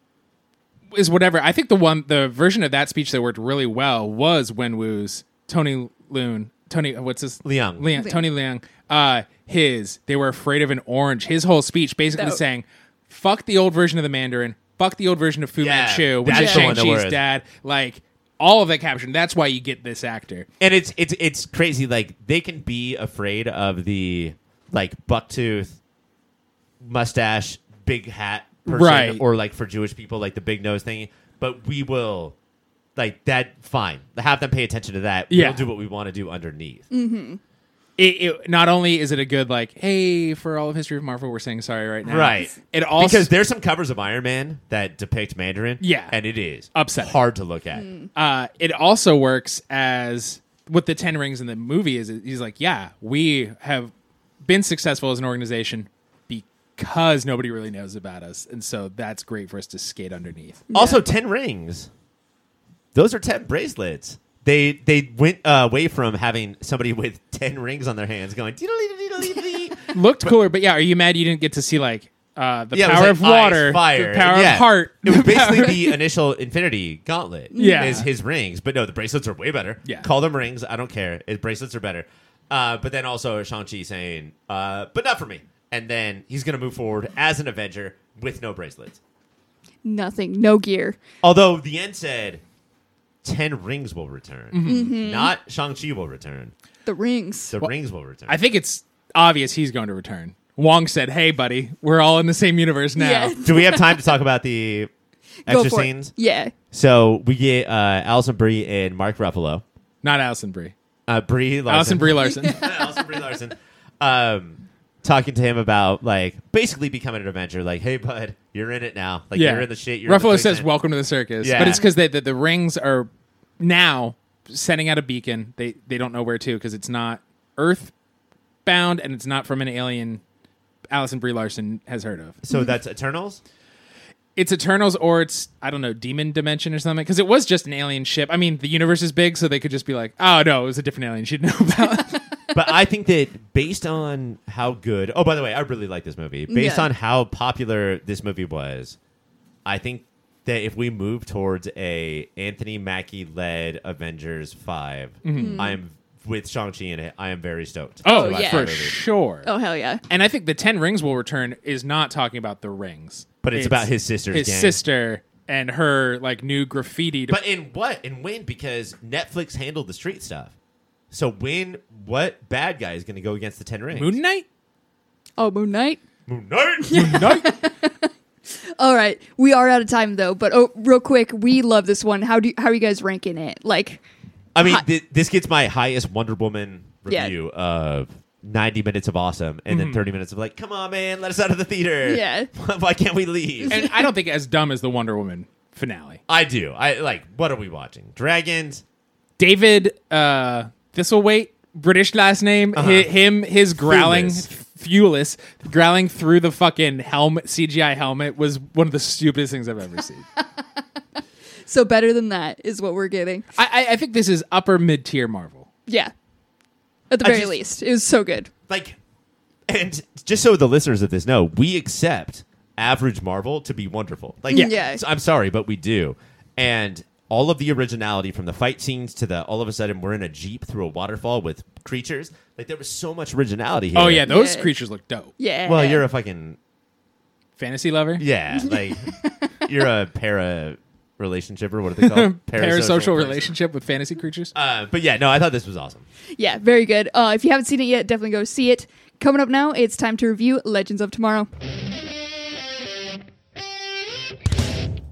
[SPEAKER 3] is whatever. I think the one the version of that speech that worked really well was Wenwu's Tony Loon Tony what's his
[SPEAKER 2] Leung.
[SPEAKER 3] Leung Tony Leung uh his they were afraid of an orange his whole speech basically
[SPEAKER 1] That-
[SPEAKER 3] saying fuck the old version of the Mandarin fuck the old version of Fu
[SPEAKER 2] Yeah,
[SPEAKER 3] Manchu which is
[SPEAKER 2] that's the one
[SPEAKER 3] Shang
[SPEAKER 2] that
[SPEAKER 3] Chi's
[SPEAKER 2] worried.
[SPEAKER 3] dad like all of that caption that's why you get this actor
[SPEAKER 2] And it's it's it's crazy. Like they can be afraid of the like bucktooth, mustache, big hat, person,
[SPEAKER 3] Right.
[SPEAKER 2] Or like for Jewish people, like the big nose thing. But we will, like that. Fine, have them pay attention to that.
[SPEAKER 3] Yeah.
[SPEAKER 2] We'll do what we want to do underneath.
[SPEAKER 3] Mm-hmm. it, it not only is it a good like hey for all of history of Marvel we're saying sorry right now
[SPEAKER 2] Right.
[SPEAKER 3] it also
[SPEAKER 2] because there's some covers of Iron Man that depict Mandarin.
[SPEAKER 3] Yeah.
[SPEAKER 2] and it is
[SPEAKER 3] Upsetting.
[SPEAKER 2] hard to look at.
[SPEAKER 3] uh, it also works as with the Ten Rings in the movie. Is he's like, yeah, we have been successful as an organization because nobody really knows about us, and so that's great for us to skate underneath.
[SPEAKER 2] [laughs] Also, ten rings. Those are ten bracelets. They they went uh, away from having somebody with ten rings on their hands going. "Diddle-diddle-diddle-diddle-dee."
[SPEAKER 3] Looked cooler, but yeah, are you mad you didn't get to see like uh, the
[SPEAKER 2] Yeah, it was
[SPEAKER 3] power
[SPEAKER 2] like
[SPEAKER 3] of water,
[SPEAKER 2] ice, fire,
[SPEAKER 3] [laughs] the power
[SPEAKER 2] yeah.
[SPEAKER 3] of heart?
[SPEAKER 2] It was basically the initial Infinity Gauntlet.
[SPEAKER 3] Yeah.
[SPEAKER 2] is his rings, but no, the bracelets are way better.
[SPEAKER 3] Yeah.
[SPEAKER 2] call them rings. I don't care. His bracelets are better. Uh, but then also Shang Chi saying, uh, "But not for me." And then he's going to move forward as an Avenger with no bracelets.
[SPEAKER 1] Nothing. No gear.
[SPEAKER 2] Although the end said, 10 rings will return.
[SPEAKER 1] Mm-hmm.
[SPEAKER 2] Not Shang-Chi will return.
[SPEAKER 1] The rings.
[SPEAKER 2] The rings will return.
[SPEAKER 3] I think it's obvious he's going to return. Wong said, "Hey, buddy, we're all in the same universe now."
[SPEAKER 1] Yeah.
[SPEAKER 2] [laughs] Do we have time to talk about the
[SPEAKER 1] [laughs] Go
[SPEAKER 2] extra
[SPEAKER 1] for
[SPEAKER 2] scenes?
[SPEAKER 1] it. Yeah.
[SPEAKER 2] So we get uh, Allison Brie and Mark Ruffalo.
[SPEAKER 3] Not Allison Brie.
[SPEAKER 2] Uh, Brie Larson.
[SPEAKER 3] Allison Brie Larson.
[SPEAKER 2] [laughs] Allison Brie Larson. Um, talking to him about, like, basically becoming an Avenger. Like, hey, bud, you're in it now. Like, you're in the shit. You're in the
[SPEAKER 3] Ruffalo
[SPEAKER 2] quicksand.
[SPEAKER 3] says, "Welcome to the circus,"
[SPEAKER 2] Yeah.
[SPEAKER 3] but it's because the, the rings are now sending out a beacon. They they don't know where to because it's not Earth bound and it's not from an alien. Allison Brie Larson has heard of.
[SPEAKER 2] So that's Eternals?
[SPEAKER 3] It's Eternals or it's I don't know demon dimension or something because
[SPEAKER 1] [laughs]
[SPEAKER 3] it was just an alien ship. I mean the universe is big, so they could just be like, "Oh no, it was a different alien." She didn't know about.
[SPEAKER 2] but I think that based on how good. Oh, by the way, I really like this movie. Based
[SPEAKER 1] Yeah.
[SPEAKER 2] on how popular this movie was, I think that if we move towards a Anthony Mackie led Avengers 5 I am with Shang Chi in it. I am very stoked.
[SPEAKER 3] Mm-hmm. Oh,
[SPEAKER 1] Oh, yeah.
[SPEAKER 3] for
[SPEAKER 2] Movie.
[SPEAKER 3] sure.
[SPEAKER 1] Oh hell yeah!
[SPEAKER 3] And I think the Ten Rings will return is not talking about the rings,
[SPEAKER 2] But it's about his sister's
[SPEAKER 3] his
[SPEAKER 2] gang.
[SPEAKER 3] sister and her like new graffiti.
[SPEAKER 2] But in what and when? Because Netflix handled the street stuff. So when what bad guy is going to go against the Ten Rings?
[SPEAKER 3] Moon Knight.
[SPEAKER 1] Oh Moon Knight.
[SPEAKER 2] Moon
[SPEAKER 3] [laughs]
[SPEAKER 2] Knight. Moon Knight.
[SPEAKER 1] All right, we are out of time though. But oh, real quick, we love this one. How do you, how are you guys ranking it? Like,
[SPEAKER 2] I mean,
[SPEAKER 1] Hi-
[SPEAKER 2] thi- this gets my highest Wonder Woman
[SPEAKER 1] Yeah.
[SPEAKER 2] review of. 90 minutes of awesome and
[SPEAKER 3] Mm-hmm.
[SPEAKER 2] then 30 minutes of like come on man let us out of the theater
[SPEAKER 1] Yeah.
[SPEAKER 2] [laughs] why can't we leave
[SPEAKER 3] And I don't think as dumb as the Wonder Woman finale.
[SPEAKER 2] i do i like what are we watching dragons
[SPEAKER 3] David uh Thistleweight, British last name, hi- him his growling
[SPEAKER 2] Thewlis.
[SPEAKER 3] Fuelus growling through the fucking helmet CGI helmet was one of the stupidest things I've ever seen. I,
[SPEAKER 1] so better than that is what we're getting.
[SPEAKER 3] [laughs] I, I think this is upper mid tier Marvel.
[SPEAKER 1] Yeah, at the
[SPEAKER 2] I
[SPEAKER 1] very
[SPEAKER 2] just-
[SPEAKER 1] least, it was so good.
[SPEAKER 2] like and just so the listeners of this know we accept average marvel to be wonderful like
[SPEAKER 1] Yeah. Yeah.
[SPEAKER 2] so i'm sorry but we do and all of the originality from the fight scenes to the all of a sudden we're in a jeep through a waterfall with creatures like there was so much originality here
[SPEAKER 3] Oh yeah, those
[SPEAKER 1] Yeah.
[SPEAKER 3] creatures look dope.
[SPEAKER 1] Yeah.
[SPEAKER 2] well you're a fucking
[SPEAKER 3] Fantasy lover? [laughs]
[SPEAKER 2] yeah like you're a para relationship or what are they called
[SPEAKER 3] [laughs] Parasocial
[SPEAKER 2] person.
[SPEAKER 3] relationship with fantasy creatures?
[SPEAKER 2] uh, but yeah no i thought this was awesome
[SPEAKER 1] yeah, very good. Uh, if you haven't seen it yet, definitely go see it. Coming up now, it's time to review Legends of Tomorrow.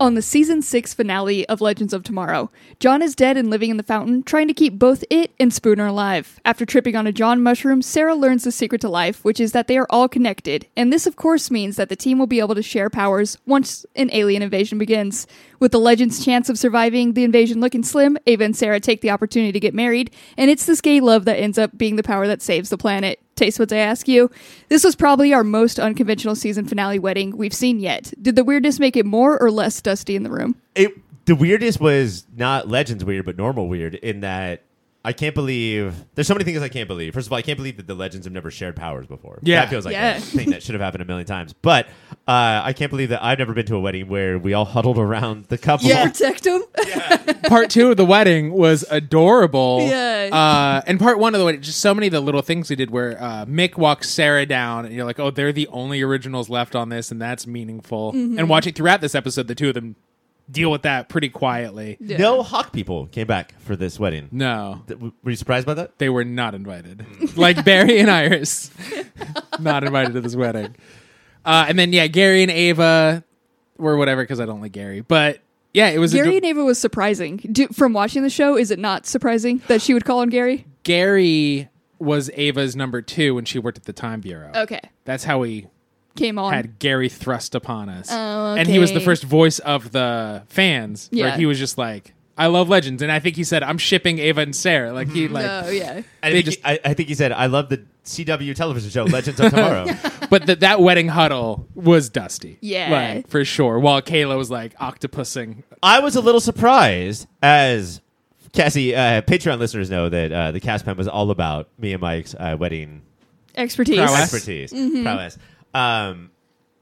[SPEAKER 1] On the season six finale of Legends of Tomorrow, John is dead and living in the fountain, trying to keep both it and Spooner alive. After tripping on a John mushroom, Sarah learns the secret to life, which is that they are all connected, and this, of course, means that the team will be able to share powers once an alien invasion begins. With the Legends' chance of surviving the invasion looking slim, Ava and Sarah take the opportunity to get married, and it's this gay love that ends up being the power that saves the planet. Taste what I ask you. This was probably our most unconventional season finale wedding we've seen yet. Did the weirdness make it more or less dusty in the room?
[SPEAKER 2] it the weirdest was not legends weird but normal weird in that i can't believe there's so many things i can't believe first of all i can't believe that the legends have never shared powers before
[SPEAKER 3] Yeah.
[SPEAKER 2] that feels like
[SPEAKER 1] Yeah.
[SPEAKER 2] a [laughs] thing that should have happened a million times but uh, i can't believe that i've never been to a wedding where we all huddled around the couple
[SPEAKER 1] protect [laughs] him.
[SPEAKER 3] part two of the wedding was adorable.
[SPEAKER 1] Yeah.
[SPEAKER 3] Uh, and part one of the wedding, just so many of the little things we did where uh, Mick walks Sarah down, and you're like, oh, they're the only originals left on this, and that's meaningful. And watching throughout this episode, the two of them deal with that pretty quietly.
[SPEAKER 2] no hawk people came back for this wedding
[SPEAKER 3] No,
[SPEAKER 2] Th- were you surprised by that
[SPEAKER 3] they were not invited. like Barry and Iris, not invited to this wedding. Uh, and then, yeah, Gary and Ava were whatever, because I don't like Gary. But yeah, it was
[SPEAKER 1] Gary
[SPEAKER 3] ador-
[SPEAKER 1] and Ava was surprising. Do, from watching the show, is it not surprising that she would call on Gary?
[SPEAKER 3] Gary was Ava's number two when she worked at the Time Bureau.
[SPEAKER 1] Okay.
[SPEAKER 3] That's how we
[SPEAKER 1] Came on.
[SPEAKER 3] had Gary thrust upon us.
[SPEAKER 1] Oh,
[SPEAKER 3] And he was the
[SPEAKER 1] okay.
[SPEAKER 3] first voice of the fans. Yeah.
[SPEAKER 1] Yeah.
[SPEAKER 3] he was just like, I love Legends. And I think he said, I'm shipping Ava and Sarah. Like, he, like,
[SPEAKER 1] oh, yeah.
[SPEAKER 2] I
[SPEAKER 3] They
[SPEAKER 2] think,
[SPEAKER 3] just-
[SPEAKER 2] he, I, I think he said i love the cw television show legends
[SPEAKER 3] [laughs]
[SPEAKER 2] of tomorrow
[SPEAKER 3] but that that wedding huddle was dusty.
[SPEAKER 1] Yeah.
[SPEAKER 3] Like, for sure. While Kayla was like octopusing.
[SPEAKER 2] I was a little surprised as Cassie, uh, Patreon listeners know that uh, the cast pen was all about me and Mike's uh, wedding
[SPEAKER 1] Expertise.
[SPEAKER 3] Prowess. Mm-hmm.
[SPEAKER 2] expertise, prowess. Um,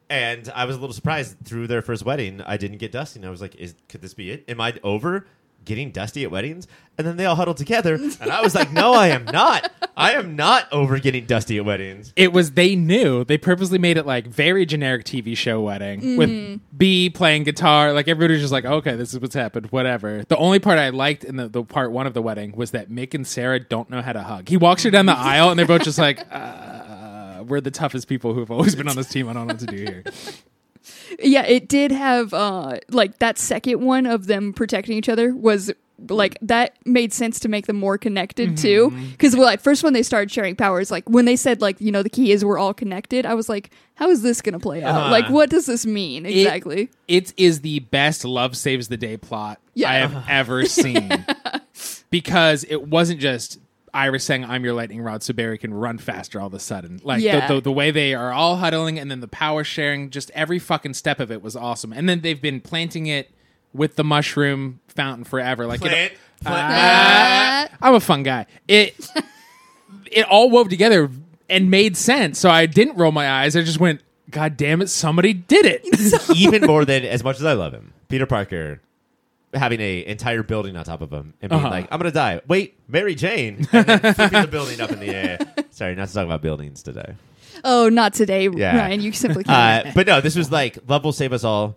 [SPEAKER 2] and I was a little surprised through their first wedding, I didn't get dusty. And I was like, is, could this be it? Am I over getting dusty at weddings? And then they all huddled together. And I was like, no, I am not. I am not over getting dusty at weddings.
[SPEAKER 3] It was, they knew, they purposely made it like very generic TV show wedding with B playing guitar. Like, everybody was just like, okay, this is what's happened, whatever. The only part I liked in the, the part one of the wedding was that Mick and Sarah don't know how to hug. He walks her down the aisle and they're both just like, uh, we're the toughest people who've always been on this team. I don't know what to do here.
[SPEAKER 1] Yeah, it did have uh like that second one of them protecting each other was like that made sense to make them more connected
[SPEAKER 2] Mm-hmm.
[SPEAKER 1] too. 'Cause too because well, like first when they started sharing powers like when they said like you know the key is we're all connected i was like how is this gonna play out
[SPEAKER 2] Uh-huh.
[SPEAKER 1] like what does this mean exactly
[SPEAKER 3] It is the best love saves the day plot
[SPEAKER 1] Yeah.
[SPEAKER 3] I
[SPEAKER 1] [laughs]
[SPEAKER 3] have ever seen. because it wasn't just Iris saying I'm your lightning rod so Barry can run faster all of a sudden. Like
[SPEAKER 1] Yeah.
[SPEAKER 3] the, the the way they are all huddling and then the power sharing, just every fucking step of it was awesome. And then they've been planting it with the mushroom fountain forever. Like it-
[SPEAKER 2] Uh, Plant- plant-
[SPEAKER 3] Ah, I'm a fun guy. It it all wove together and made sense. So I didn't roll my eyes. I just went, God damn it, somebody
[SPEAKER 1] [laughs]
[SPEAKER 3] did it.
[SPEAKER 2] even more than as much as I love him, Peter Parker having a entire building on top of him and being
[SPEAKER 3] Uh-huh.
[SPEAKER 2] like, "I'm gonna die." Wait, Mary Jane, and then [laughs] flipping the building up in the air. Sorry, not to talk about buildings today.
[SPEAKER 1] Oh, not today,
[SPEAKER 2] Yeah.
[SPEAKER 1] Ryan. You
[SPEAKER 2] [laughs]
[SPEAKER 1] simply
[SPEAKER 3] [laughs]
[SPEAKER 1] can't.
[SPEAKER 2] Uh, but no, this was like love will save us all,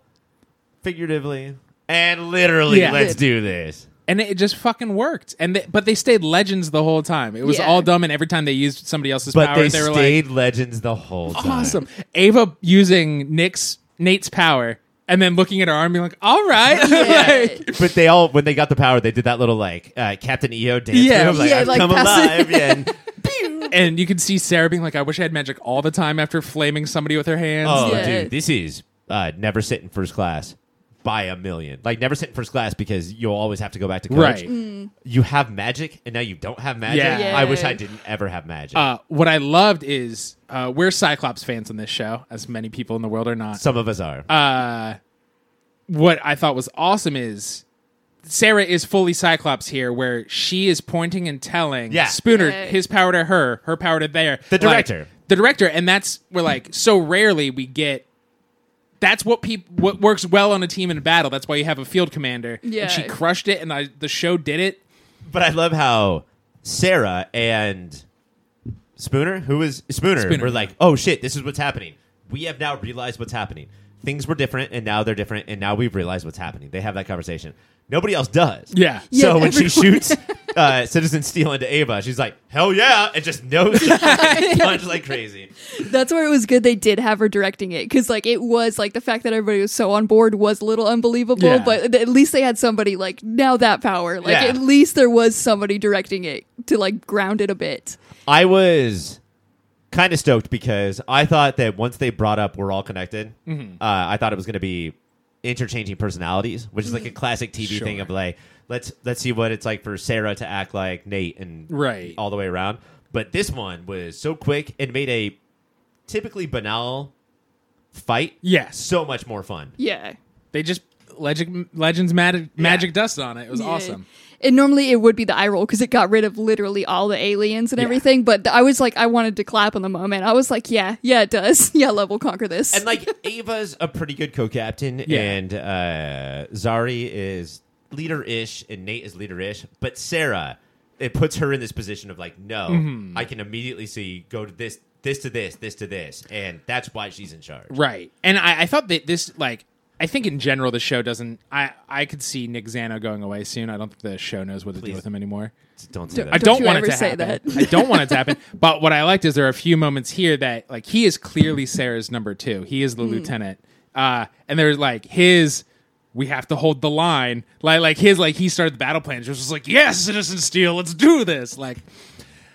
[SPEAKER 2] figuratively and literally.
[SPEAKER 3] Yeah.
[SPEAKER 2] Let's do this.
[SPEAKER 3] and it just fucking worked. And they, but they stayed legends the whole time. It was
[SPEAKER 1] Yeah.
[SPEAKER 3] all dumb. And every time they used somebody else's
[SPEAKER 2] But
[SPEAKER 3] power,
[SPEAKER 2] they,
[SPEAKER 3] they, were like,
[SPEAKER 2] stayed legends the whole time.
[SPEAKER 3] awesome. Ava using Nick's Nate's power and then looking at her arm, being like, "All right,
[SPEAKER 1] [laughs]
[SPEAKER 2] [laughs]
[SPEAKER 1] Yeah.
[SPEAKER 3] Like,
[SPEAKER 2] But they all, when they got the power, they did that little like uh, Captain EO dance.
[SPEAKER 3] Yeah.
[SPEAKER 2] move, like,
[SPEAKER 1] Yeah,
[SPEAKER 2] I've
[SPEAKER 1] like
[SPEAKER 2] come
[SPEAKER 1] pass
[SPEAKER 2] alive. and
[SPEAKER 3] [laughs] and you can see Sarah being like, "I wish I had magic all the time." After flaming somebody with her hands,
[SPEAKER 2] Oh,
[SPEAKER 1] Yeah.
[SPEAKER 2] dude, this is uh, never sit in first class by a million. Like never sit in first class because you'll always have to go back to coach.
[SPEAKER 3] right?
[SPEAKER 1] Mm.
[SPEAKER 2] You have magic, and now you don't have magic.
[SPEAKER 3] Yeah.
[SPEAKER 1] Yeah.
[SPEAKER 2] I wish I didn't ever have magic.
[SPEAKER 3] Uh, what I loved is uh, we're Cyclops fans on this show, as many people in the world are not.
[SPEAKER 2] Some of us are.
[SPEAKER 3] uh, what I thought was awesome is Sarah is fully Cyclops here, where she is pointing and telling
[SPEAKER 2] Yeah.
[SPEAKER 3] Spooner
[SPEAKER 1] Yeah.
[SPEAKER 3] his power to her, her power to there.
[SPEAKER 2] The
[SPEAKER 3] Like,
[SPEAKER 2] director.
[SPEAKER 3] the director, and that's we're like so rarely we get. That's what people what works well on a team in battle. That's why you have a field commander.
[SPEAKER 1] Yeah.
[SPEAKER 3] and she crushed it, and I, the show did it.
[SPEAKER 2] but I love how Sarah and Spooner, who was Spooner,
[SPEAKER 3] Spooner.
[SPEAKER 2] were like, "Oh shit, this is what's happening. We have now realized what's happening. Things were different, and now they're different, and now we've realized what's happening." They have that conversation. Nobody else does.
[SPEAKER 3] Yeah.
[SPEAKER 1] Yeah,
[SPEAKER 2] so when she
[SPEAKER 1] everyone- [laughs]
[SPEAKER 2] shoots uh, Citizen Steel into Ava, she's like, "Hell yeah!" and just knows
[SPEAKER 1] [laughs]
[SPEAKER 2] punch like crazy.
[SPEAKER 1] That's where it was good they did have her directing it because like it was like the fact that everybody was so on board was a little unbelievable,
[SPEAKER 3] Yeah.
[SPEAKER 1] but th- at least they had somebody like now that power. Like
[SPEAKER 2] Yeah.
[SPEAKER 1] at least there was somebody directing it to like ground it a bit.
[SPEAKER 2] I was kind of stoked because I thought that once they brought up we're all connected, uh, I thought it was going to be interchanging personalities, which is like a
[SPEAKER 1] Mm-hmm.
[SPEAKER 2] classic TV
[SPEAKER 3] Sure.
[SPEAKER 2] thing of like let's let's see what it's like for Sarah to act like Nate and
[SPEAKER 3] Right.
[SPEAKER 2] all the way around. But this one was so quick and made a typically banal fight
[SPEAKER 3] Yes,
[SPEAKER 2] so much more fun.
[SPEAKER 1] Yeah.
[SPEAKER 3] they just legend legends magic magic dust on it. It was
[SPEAKER 1] Yeah.
[SPEAKER 3] awesome.
[SPEAKER 1] And normally it would be the eye roll because it got rid of literally all the aliens and
[SPEAKER 3] Yeah.
[SPEAKER 1] everything. But th- I was like, I wanted to clap in the moment. I was like, yeah, yeah, it does. [laughs] Yeah, love will conquer this.
[SPEAKER 2] And like Ava's a pretty good co-captain,
[SPEAKER 3] Yeah.
[SPEAKER 2] and uh, Zari is leader-ish, and Nate is leader-ish. But Sarah, it puts her in this position of like, no,
[SPEAKER 3] Mm-hmm.
[SPEAKER 2] I can immediately see go to this, this to this, this to this, and that's why she's in charge.
[SPEAKER 3] Right. And I, I thought that this like I think in general the show doesn't I I could see Nick Zano going away soon. I don't think the show knows what to do
[SPEAKER 2] Please.
[SPEAKER 3] with him anymore.
[SPEAKER 2] Don't say
[SPEAKER 3] I
[SPEAKER 2] that.
[SPEAKER 3] don't,
[SPEAKER 1] you
[SPEAKER 3] want it
[SPEAKER 1] ever
[SPEAKER 3] to
[SPEAKER 1] say
[SPEAKER 3] happen.
[SPEAKER 1] that.
[SPEAKER 3] I don't want it
[SPEAKER 1] [laughs]
[SPEAKER 3] to happen. But what I liked is there are a few moments here that like he is clearly Sarah's number two. He is the
[SPEAKER 1] Hmm.
[SPEAKER 3] lieutenant. Uh and there's like his we have to hold the line. Like like his like he started the battle plan. Just was like, Yes, Citizen Steel, let's do this. Like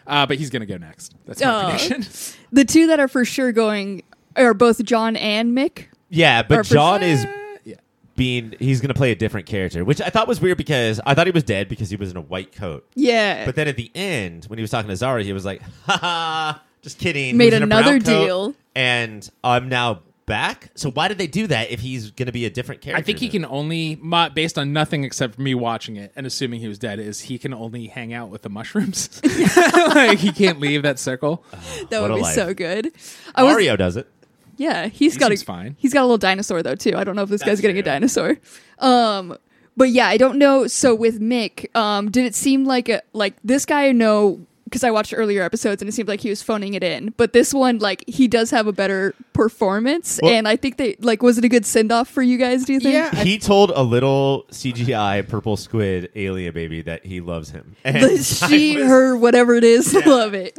[SPEAKER 3] uh but he's gonna go next. That's my
[SPEAKER 1] Oh.
[SPEAKER 3] prediction.
[SPEAKER 1] the two that are for sure going are both John and Mick.
[SPEAKER 2] Yeah,
[SPEAKER 1] Or
[SPEAKER 2] but
[SPEAKER 1] for
[SPEAKER 2] John
[SPEAKER 1] sure.
[SPEAKER 2] is
[SPEAKER 3] yeah.
[SPEAKER 2] being he's gonna play a different character, which I thought was weird because I thought he was dead because he was in a white coat.
[SPEAKER 1] Yeah.
[SPEAKER 2] But then at the end, when he was talking to Zari, he was like, [laughs] "Ha ha, just kidding."
[SPEAKER 1] Made
[SPEAKER 2] He was in a brown
[SPEAKER 1] another
[SPEAKER 2] coat,
[SPEAKER 1] deal.
[SPEAKER 2] and I'm now back. So why did they do that if he's going to be a different character?
[SPEAKER 3] I think he
[SPEAKER 2] then?
[SPEAKER 3] can only, my- based on nothing except for me watching it and assuming he was dead, is he can only hang out with the mushrooms. [laughs] like he can't leave that circle.
[SPEAKER 1] that
[SPEAKER 2] What
[SPEAKER 1] would
[SPEAKER 2] a
[SPEAKER 1] be
[SPEAKER 2] life.
[SPEAKER 1] so good. I was,
[SPEAKER 2] Mario does it.
[SPEAKER 1] [laughs] yeah, he's got a
[SPEAKER 3] seems fine.
[SPEAKER 1] he's got a little dinosaur though too. I don't know if this
[SPEAKER 2] That's
[SPEAKER 1] guy's getting a
[SPEAKER 2] true.
[SPEAKER 1] dinosaur. Um, but yeah, I don't know. So with Mick, um, did it seem like a like this guy? I know because I watched earlier episodes and it seemed like he was phoning it in. But this one, like, he does have a better performance,
[SPEAKER 2] Well-
[SPEAKER 1] and I think they like was it a good send off for you guys? Do you think?
[SPEAKER 3] Yeah. I-
[SPEAKER 2] He told a little CGI purple squid alien baby that he loves him. And
[SPEAKER 1] The [laughs] she,
[SPEAKER 2] [laughs] I was-
[SPEAKER 1] her, whatever it is, [laughs] love it.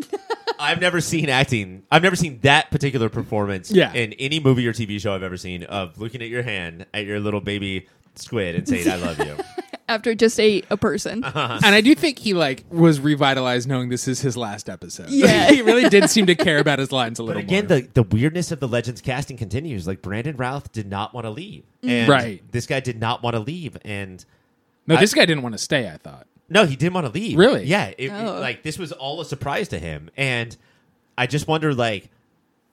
[SPEAKER 2] I've never seen acting. I've never seen that particular performance
[SPEAKER 3] Yeah.
[SPEAKER 2] in any movie or TV show I've ever seen of looking at your hand at your little baby squid and saying, "I love you."
[SPEAKER 1] After just ate a person,
[SPEAKER 3] And I do think he like was revitalized knowing this is his last episode.
[SPEAKER 1] Yeah.
[SPEAKER 3] he really did seem to care about his lines a
[SPEAKER 2] But
[SPEAKER 3] little
[SPEAKER 2] again,
[SPEAKER 3] more.
[SPEAKER 2] the, the weirdness of the Legends casting continues. Like Brandon Routh did not want to leave, and
[SPEAKER 3] Right.
[SPEAKER 2] this guy did not want to leave, and
[SPEAKER 3] no, this guy didn't want to stay. I thought.
[SPEAKER 2] no, he didn't want to leave.
[SPEAKER 3] Really?
[SPEAKER 2] Yeah. It, it-
[SPEAKER 1] Oh.
[SPEAKER 2] like this was all a surprise to him, and I just wonder, like,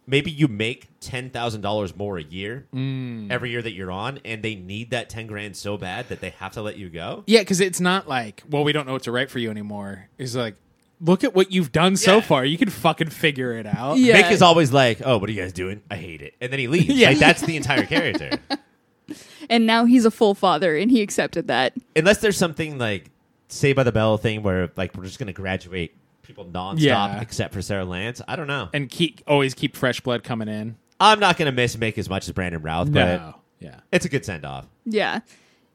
[SPEAKER 2] maybe you make ten thousand dollars more a year
[SPEAKER 3] Mm.
[SPEAKER 2] every year that you're on, and they need that ten grand so bad that they have to let you go.
[SPEAKER 3] Yeah, because it's not like, well, we don't know what to write for you anymore. It's like, look at what you've done so
[SPEAKER 2] Yeah.
[SPEAKER 3] far. You can fucking figure it out.
[SPEAKER 1] Yeah.
[SPEAKER 2] Mick is always like, "Oh, what are you guys doing? I hate it," and then he leaves.
[SPEAKER 3] [laughs] Yeah.
[SPEAKER 2] Like that's the entire character.
[SPEAKER 1] And now he's a full father, and he accepted that.
[SPEAKER 2] Unless there's something like Say by the Bell thing where like we're just gonna graduate people nonstop
[SPEAKER 3] Yeah.
[SPEAKER 2] except for Sarah Lance. I don't know.
[SPEAKER 3] And keep always keep fresh blood coming in.
[SPEAKER 2] I'm not gonna miss Mick as much as Brandon Routh, but
[SPEAKER 3] Yeah.
[SPEAKER 2] it's a good send off.
[SPEAKER 1] Yeah.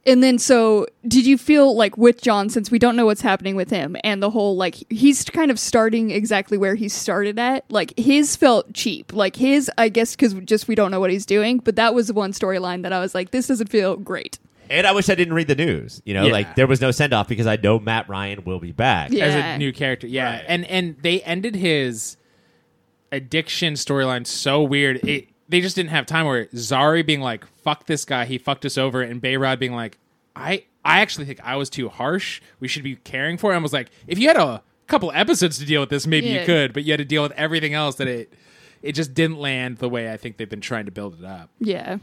[SPEAKER 1] And then so did you feel like with John since we don't know what's happening with him and the whole like he's kind of starting exactly where he started at like his felt cheap like his I guess cuz just we don't know what he's doing but that was the one storyline that I was like this doesn't feel great.
[SPEAKER 2] And I wish I didn't read the news. You know,
[SPEAKER 3] Yeah.
[SPEAKER 2] like there was no send off because I know Matt Ryan will be back.
[SPEAKER 1] Yeah.
[SPEAKER 3] As a new character. Yeah.
[SPEAKER 2] Right.
[SPEAKER 3] And and they ended his addiction storyline so weird. It they just didn't have time where Zari being like, fuck this guy, he fucked us over, and Bayrod being like, I I actually think I was too harsh. We should be caring for him. I was like, if you had a couple episodes to deal with this, maybe
[SPEAKER 1] Yeah.
[SPEAKER 3] you could, but you had to deal with everything else that it it just didn't land the way I think they've been trying to build it up.
[SPEAKER 1] Yeah.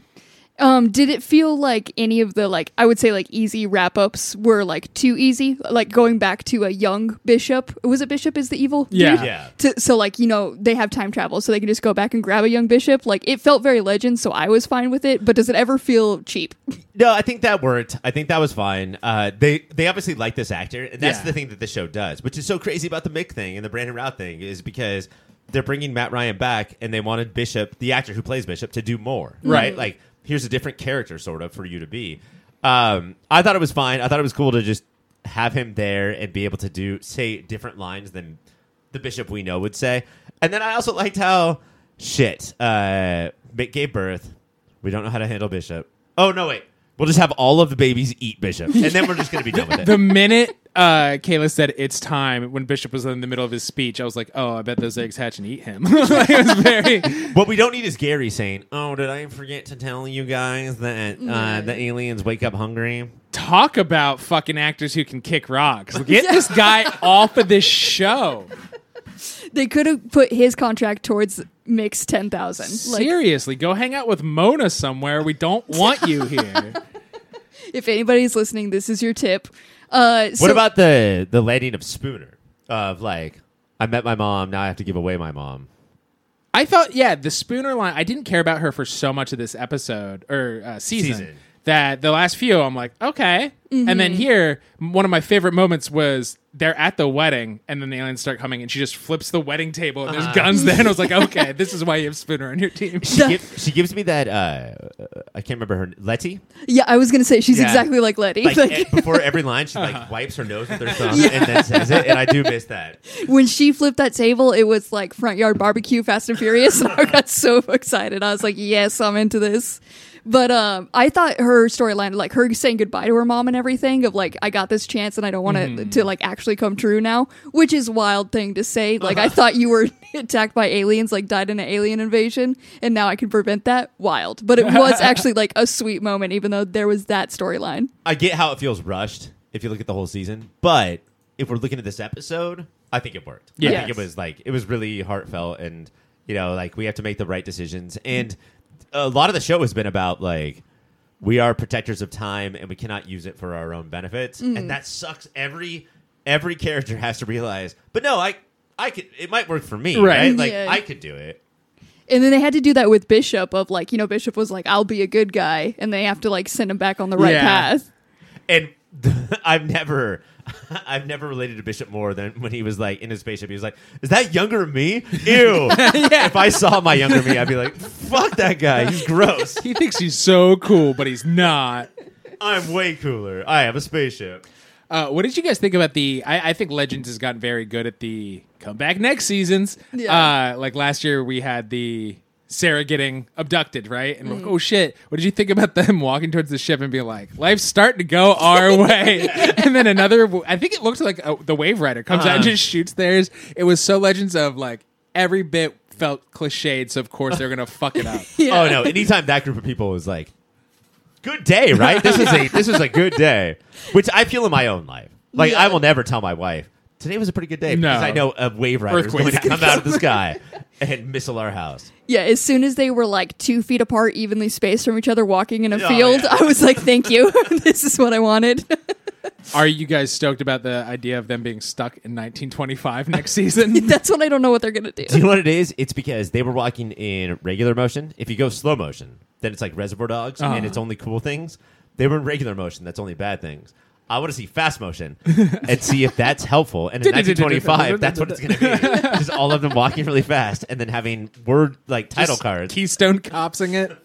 [SPEAKER 1] Um, did it feel like any of the like I would say like easy wrap ups were like too easy? Like going back to a young bishop. Was it bishop is the evil?
[SPEAKER 3] Yeah.
[SPEAKER 1] dude?
[SPEAKER 2] Yeah.
[SPEAKER 1] To, so like you know they have time travel, so they can just go back and grab a young bishop. Like it felt very legend, so I was fine with it. But does it ever feel cheap? [laughs]
[SPEAKER 2] No, I think that worked. I think that was fine. Uh, they they obviously like this actor, and that's
[SPEAKER 3] Yeah.
[SPEAKER 2] the thing that the show does, which is so crazy about the Mick thing and the Brandon Routh thing, is because they're bringing Matt Ryan back, and they wanted Bishop, the actor who plays Bishop, to do more. Right? Like here's a different character, sort of, for you to be. Um, I thought it was fine. I thought it was cool to just have him there and be able to do say different lines than the Bishop we know would say. And then I also liked how shit uh, Mick gave birth. We don't know how to handle Bishop. Oh no, wait. We'll just have all of the babies eat Bishop, and then we're just gonna be done with
[SPEAKER 3] the
[SPEAKER 2] it.
[SPEAKER 3] minute uh, Kayla said it's time, when Bishop was in the middle of his speech, I was like, "Oh, I bet those eggs hatch and eat him." [laughs] Like, it was very
[SPEAKER 2] What we don't need is Gary saying, "Oh, did I forget to tell you guys that uh, the aliens wake up hungry?"
[SPEAKER 3] talk about fucking actors who can kick rocks. Get this guy off of this show.
[SPEAKER 1] They could have put his contract towards mix ten thousand. Like
[SPEAKER 3] Seriously, go hang out with Mona somewhere. We don't want you here.
[SPEAKER 1] if anybody's listening, this is your tip. Uh,
[SPEAKER 2] What
[SPEAKER 1] so-
[SPEAKER 2] about the the landing of Spooner? Of like, I met my mom. Now I have to give away my mom.
[SPEAKER 3] I thought, yeah, the Spooner line. I didn't care about her for so much of this episode or uh, season,
[SPEAKER 2] Season.
[SPEAKER 3] that the last few, I'm like, okay. And then here, m- one of my favorite moments was they're at the wedding, and then the aliens start coming, and she just flips the wedding table, and there's guns there, and I was like, okay, this is why you have Spooner on your team.
[SPEAKER 2] She, give, she gives me that. Uh, I can't remember her. Letty.
[SPEAKER 1] Yeah, I was gonna say she's
[SPEAKER 3] Yeah.
[SPEAKER 1] exactly like Letty. [laughs]
[SPEAKER 2] like,
[SPEAKER 1] Like-
[SPEAKER 2] e- before every line,
[SPEAKER 1] [laughs]
[SPEAKER 2] she like wipes her nose with her thumb and then says it. And I do miss that.
[SPEAKER 1] when she flipped that table, it was like front yard barbecue, Fast and Furious, and I got so excited. I was like, "Yes, I'm into this." But um, I thought her storyline, like her saying goodbye to her mom and everything, of like, "I got this chance, and I don't want it to like actually come true now," which is wild thing to say. Like, I thought you were [laughs] attacked by aliens, like died in an alien invasion, and now I can prevent that. Wild, but it was actually like a sweet moment, even though there was that storyline.
[SPEAKER 2] I get how it feels rushed if you look at the whole season, but if we're looking at this episode, I think it worked. I
[SPEAKER 3] Yes.
[SPEAKER 2] think it was like it was really heartfelt, and you know, like we have to make the right decisions. And a lot of the show has been about like we are protectors of time, and we cannot use it for our own benefits,
[SPEAKER 3] Mm.
[SPEAKER 2] and that sucks. Every every character has to realize, but no, I I could. It might work for me,
[SPEAKER 3] Right.
[SPEAKER 2] right? Like
[SPEAKER 1] Yeah.
[SPEAKER 2] I could do it.
[SPEAKER 1] And then they had to do that with Bishop of like, you know, Bishop was like, I'll be a good guy. And they have to like send him back on the right
[SPEAKER 3] Yeah.
[SPEAKER 1] path.
[SPEAKER 2] and [laughs] I've never, [laughs] I've never related to Bishop more than when he was like in his spaceship. He was like, "Is that younger me? Ew!" If I saw my younger me, I'd be like, "Fuck that guy. He's gross.
[SPEAKER 3] He thinks he's so cool, but he's not.
[SPEAKER 2] I'm way cooler. I have a spaceship."
[SPEAKER 3] Uh, what did you guys think about the? I, I think Legends has gotten very good at the come back next seasons.
[SPEAKER 1] Yeah.
[SPEAKER 3] Uh, like last year, we had the Sarah getting abducted, right? And we're like, oh shit! What did you think about them [laughs] walking towards the ship and being like, life's starting to go our way? [laughs] and then another, I think it looked like uh the Wave Rider comes out and
[SPEAKER 2] Uh-huh.
[SPEAKER 3] just shoots theirs. It was so Legends of like every bit felt cliched. So of course they're gonna fuck it up.
[SPEAKER 2] Oh no! Anytime that group of people is like, "Good day, right? This is a this is a good day," which I feel in my own life. Like I will never tell my wife today was a pretty good day
[SPEAKER 3] No.
[SPEAKER 2] because I know a wave rider is going to
[SPEAKER 3] Earthquake.
[SPEAKER 2] come out of the sky and missile our house.
[SPEAKER 1] Yeah. As soon as they were like two feet apart, evenly spaced from each other, walking in a
[SPEAKER 2] Oh,
[SPEAKER 1] field,
[SPEAKER 2] yeah.
[SPEAKER 1] [laughs] I was like, thank you. this is what I wanted. [laughs]
[SPEAKER 3] Are you guys stoked about the idea of them being stuck in 1925 next season?
[SPEAKER 1] That's what I don't know what they're gonna do.
[SPEAKER 2] Do you know what it is? It's because they were walking in regular motion. If you go slow motion, then it's like Reservoir Dogs, and it's only cool things. They were in regular motion. That's only bad things. I want to see fast motion and see if that's helpful. And in 1925, that's what it's going to be. Just all of them walking really fast and then having word like title
[SPEAKER 3] Just
[SPEAKER 2] cards.
[SPEAKER 3] Keystone copsing it.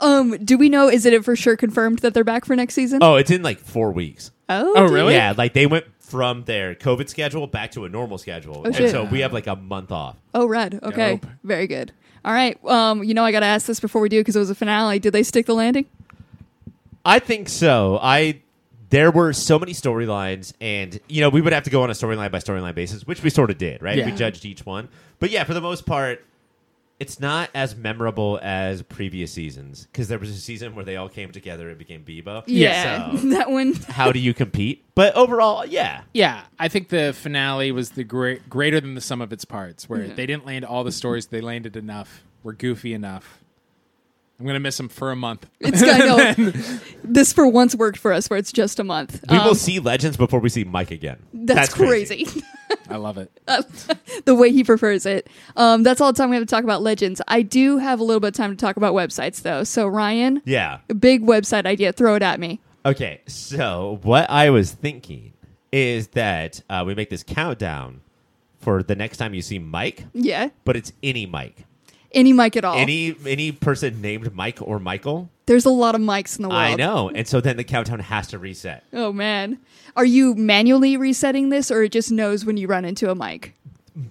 [SPEAKER 1] Um, do we know? Is it for sure confirmed that they're back for next season?
[SPEAKER 2] Oh, it's in like four weeks.
[SPEAKER 1] oh,
[SPEAKER 3] Oh,
[SPEAKER 1] dear.
[SPEAKER 3] really?
[SPEAKER 2] Yeah, like they went from their COVID schedule back to a normal schedule. and
[SPEAKER 1] shit.
[SPEAKER 2] so we have like a month off.
[SPEAKER 1] Oh, red. Okay,
[SPEAKER 3] Dope.
[SPEAKER 1] very good. All right. Um, you know, I gotta ask this before we do because it was a finale. Did they stick the landing?
[SPEAKER 2] I think so. I there were so many storylines, and you know we would have to go on a storyline by storyline basis, which we sort of did, right?
[SPEAKER 3] Yeah.
[SPEAKER 2] We judged each one, but yeah, for the most part, it's not as memorable as previous seasons because there was a season where they all came together and became Bebo.
[SPEAKER 1] Yeah,
[SPEAKER 2] So,
[SPEAKER 1] [laughs] that
[SPEAKER 2] [laughs]
[SPEAKER 1] one.
[SPEAKER 2] how do you compete? But overall, yeah,
[SPEAKER 3] Yeah, I think the finale was the great, greater than the sum of its parts, where
[SPEAKER 1] Yeah.
[SPEAKER 3] they didn't land all the stories, they landed enough, were goofy enough. I'm gonna miss them for a month.
[SPEAKER 1] It's kind of this for once worked for us, where it's just a month.
[SPEAKER 2] we
[SPEAKER 1] Um,
[SPEAKER 2] will see Legends before we see Mike again.
[SPEAKER 1] That's, crazy.
[SPEAKER 3] I love it.
[SPEAKER 1] [laughs] the way he prefers it. Um, that's all the time we have to talk about legends. I do have a little bit of time to talk about websites, though. So Ryan,
[SPEAKER 2] Yeah.
[SPEAKER 1] big website idea. Throw it at me.
[SPEAKER 2] Okay, so what I was thinking is that uh, we make this countdown for the next time you see Mike,
[SPEAKER 1] Yeah,
[SPEAKER 2] but it's any Mike.
[SPEAKER 1] any mic at all.
[SPEAKER 2] Any any person named Mike or Michael,
[SPEAKER 1] There's a lot of mics in the world.
[SPEAKER 2] I know, and so then the countdown has to reset.
[SPEAKER 1] Oh man, are you manually resetting this, or it just knows when you run into a mic?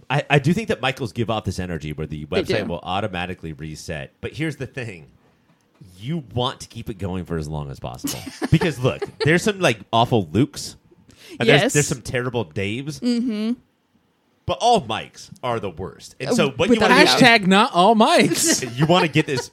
[SPEAKER 2] I, I do think that Michaels give off this energy where the website
[SPEAKER 1] do.
[SPEAKER 2] will automatically reset. But here's the thing. You want to keep it going for as long
[SPEAKER 1] [laughs]
[SPEAKER 2] as possible. because look, there's some like awful Lukes. And
[SPEAKER 1] Yes.
[SPEAKER 2] there's, there's some terrible Daves. Mm-hmm. But all mics are the worst. And
[SPEAKER 1] Uh,
[SPEAKER 2] so what you
[SPEAKER 1] without
[SPEAKER 2] want
[SPEAKER 1] a
[SPEAKER 2] to do
[SPEAKER 1] doubt.
[SPEAKER 3] Hashtag not all
[SPEAKER 2] [laughs]
[SPEAKER 3] mics.
[SPEAKER 2] you want to get this